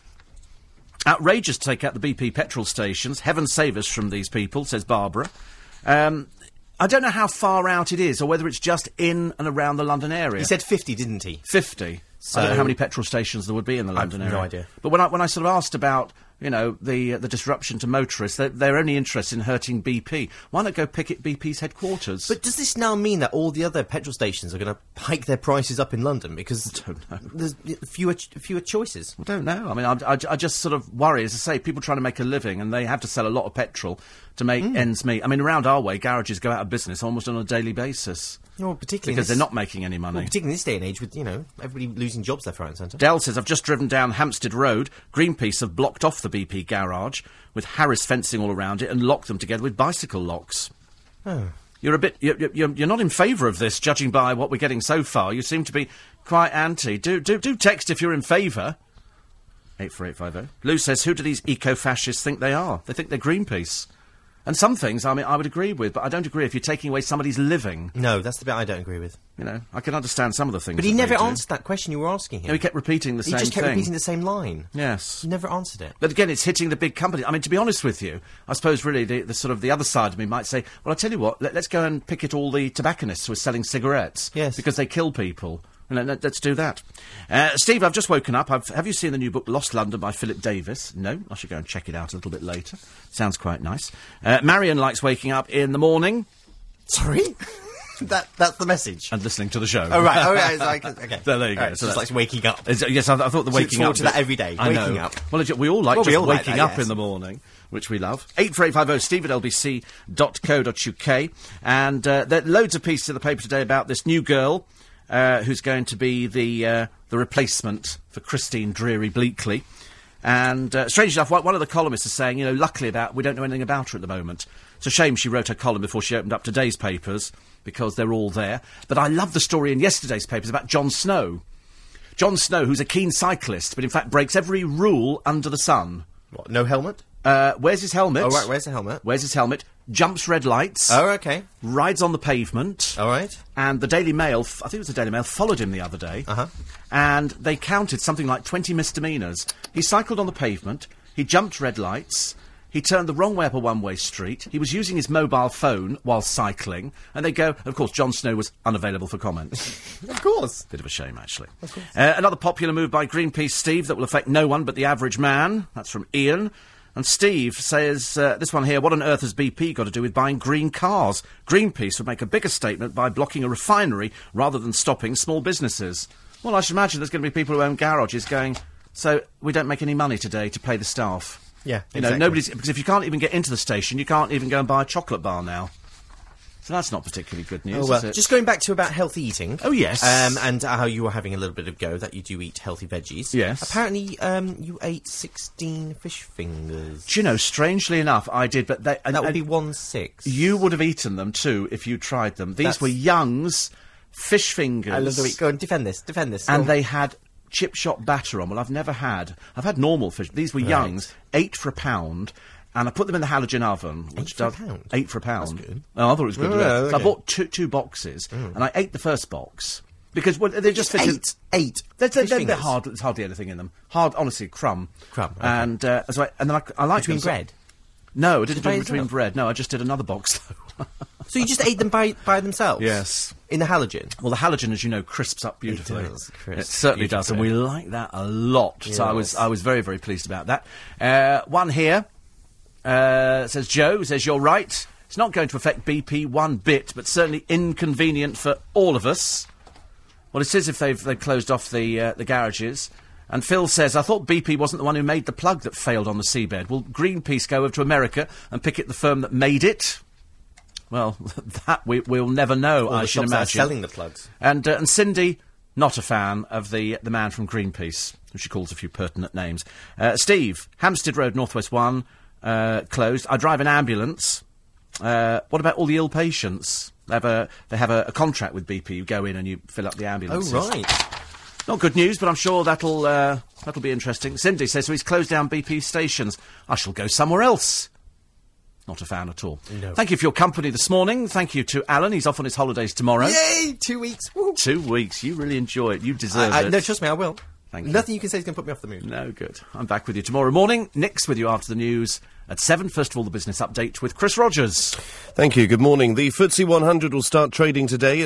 Outrageous to take out the BP petrol stations. Heaven save us from these people, says Barbara. Um, I don't know how far out it is or whether it's just in and around the London area.
He said 50, didn't he?
50. I don't know
So-
how many petrol stations there would be in the London
no
area.
idea.
But when I, when I sort of asked about, you know, the, uh, the disruption to motorists, they're, they're only interested in hurting BP. Why not go picket BP's headquarters?
But does this now mean that all the other petrol stations are going to hike their prices up in London because there's fewer ch- fewer choices?
I don't know. I mean, I, I, I just sort of worry, as I say, people trying to make a living and they have to sell a lot of petrol to make ends meet. I mean, around our way, garages go out of business almost on a daily basis.
No, particularly
because
this-
they're not making any money.
Well, particularly in this day and age, with you know everybody losing jobs left, right, and centre.
Dell says, I've just driven down Hampstead Road. Greenpeace have blocked off the BP garage with Harris fencing all around it and locked them together with bicycle locks.
Oh.
You're a bit, you're, you're, you're not in favour of this, judging by what we're getting so far. You seem to be quite anti. Do, do, do text if you're in favour. 84850. oh. Lou says, Who do these eco fascists think they are? They think they're Greenpeace. And some things, I mean, I would agree with, but I don't agree if you're taking away somebody's living.
No, that's the bit I don't agree with.
You know, I can understand some of the things.
But he
that they
never
do.
answered that question you were asking him.
No, he kept repeating the
He
same
just kept
thing.
repeating the same line.
Yes.
He never answered it.
But again, it's hitting the big company. I mean, to be honest with you, I suppose really the, the sort of the other side of me might say, well, I tell you what, let, us go and picket all the tobacconists who are selling cigarettes.
Yes.
Because they kill people. And let, let- let's do that. Uh, Steve, I've just woken up. I've, have you seen the new book, Lost London by Philip Davis? No. I should go and check it out a little bit later. Sounds quite nice. Uh, Marion likes waking up in the morning
Sorry, that that's the message.
and listening to the show.
Oh right, oh right. It's like, okay,
So there you go.
All right,
So
just
that's-
like waking up.
Is- yes, I, I thought the
So
waking
forward
up
to
bit-
that every day,
I
waking
know.
up.
Well, we all like
Well, we
just
all like
waking up
that, yes.
in the morning, which we love. Eight four eight five zero Steve at lbc.co.uk, and uh, there are loads of pieces in the paper today about this new girl uh, who's going to be the uh, the replacement for Christine Dreary Bleakley. And uh, strange enough, one one of the columnists is saying, you know, luckily about we don't know anything about her at the moment. It's a shame she wrote her column before she opened up today's papers because they're all there. But I love the story in yesterday's papers about Jon Snow. Jon Snow, who's a keen cyclist, but in fact breaks every rule under the sun.
What, no helmet.
Uh, where's his helmet?
Oh, right, where's the helmet?
Where's his helmet? Jumps red lights.
Oh, okay.
Rides on the pavement.
All right.
And the Daily Mail, f- I think it was the Daily Mail, followed him the other day.
Uh-huh.
And they counted something like 20 misdemeanours. He cycled on the pavement. He jumped red lights. He turned the wrong way up a one way street. He was using his mobile phone while cycling. And they go, of course, Jon Snow was unavailable for comment.
Of course.
Bit of a shame, actually. Uh, another popular move by Greenpeace Steve that will affect no one but the average man. That's from Ian. And Steve says, uh, this one here, what on earth has BP got to do with buying green cars? Greenpeace would make a bigger statement by blocking a refinery rather than stopping small businesses. Well, I should imagine there's going to be people who own garages going, so we don't make any money today to pay the staff.
Yeah,
You know,
exactly.
nobody's. Because if you can't even get into the station, you can't even go and buy a chocolate bar now. So that's not particularly good news.
Oh, well,
is it?
just going back to about healthy eating.
Oh, yes.
um, and how you were having a little bit of go that you do eat healthy veggies.
Yes.
apparently um, you ate sixteen fish fingers.
Do you know, strangely enough, I did, but they, and,
That would
and
be one six.
you would have eaten them too if you tried them. These
That's-
were Young's fish fingers.
I love the week. Go and defend this. Defend this.
and
Go on.
they had chip shop batter on. Well, I've never had. I've had normal fish. These were Young's, eight for a pound. And I put them in the halogen oven. Which
Eight for a
does-
pound?
Eight for a pound.
That's good.
Oh, I thought it was good.
No,
yeah.
no,
So I
okay. Oh.
bought two, two boxes, and I ate the first box because well, they just fit in-
eight. Eight.
They're, they're,
fish
they're
fingers.
hard. There's hardly anything in them. Hard, honestly, crumb.
Crumb, okay.
And uh, so I, and then I, I like
Between
them so-
bread?
No, I didn't do
by
them between
yourself?
bread. No, I just did another box though.
So you just ate them by by themselves.
Yes.
In the halogen.
Well, the halogen, as you know, crisps up beautifully.
does crisp
It certainly does, and we like that a lot. So I was,
Yes.
I was very, very pleased about that. Uh, one here uh, says Joe says you're right. It's not going to affect BP one bit, but certainly inconvenient for all of us. Well, it says if they've they closed off the uh, the garages. And Phil says, I thought BP wasn't the one who made the plug that failed on the seabed. Will Greenpeace go over to America and pick it the firm that made it? Well, that we, we'll never know,
All
I
the
should
shops that are
imagine.
selling the plugs.
And uh, and Cindy, not a fan of the the man from Greenpeace, who she calls a few pertinent names. Uh, Steve, Hampstead Road Northwest One uh, closed. I drive an ambulance. Uh, what about all the ill patients? They have a they have a, a contract with BP. You go in and you fill up the
Oh
ambulance.
right.
Not good news, but I'm sure that'll uh, that'll be interesting. Cindy says so. He's closed down BP stations. I shall go somewhere else. Not a fan at all. Thank you for your company this morning. Thank you to Alan. He's off on his holidays tomorrow.
Yay! Two weeks. Woo.
Two weeks. You really enjoy it. You deserve
I, I,
it.
no, trust me, I will.
Thank you.
Nothing you can say is going to put me off the move.
No, good. I'm back with you tomorrow morning. Nick's with you after the news at seven. First of all, the business update with Chris Rogers.
Thank you. Good morning. The FTSE 100 will start trading today at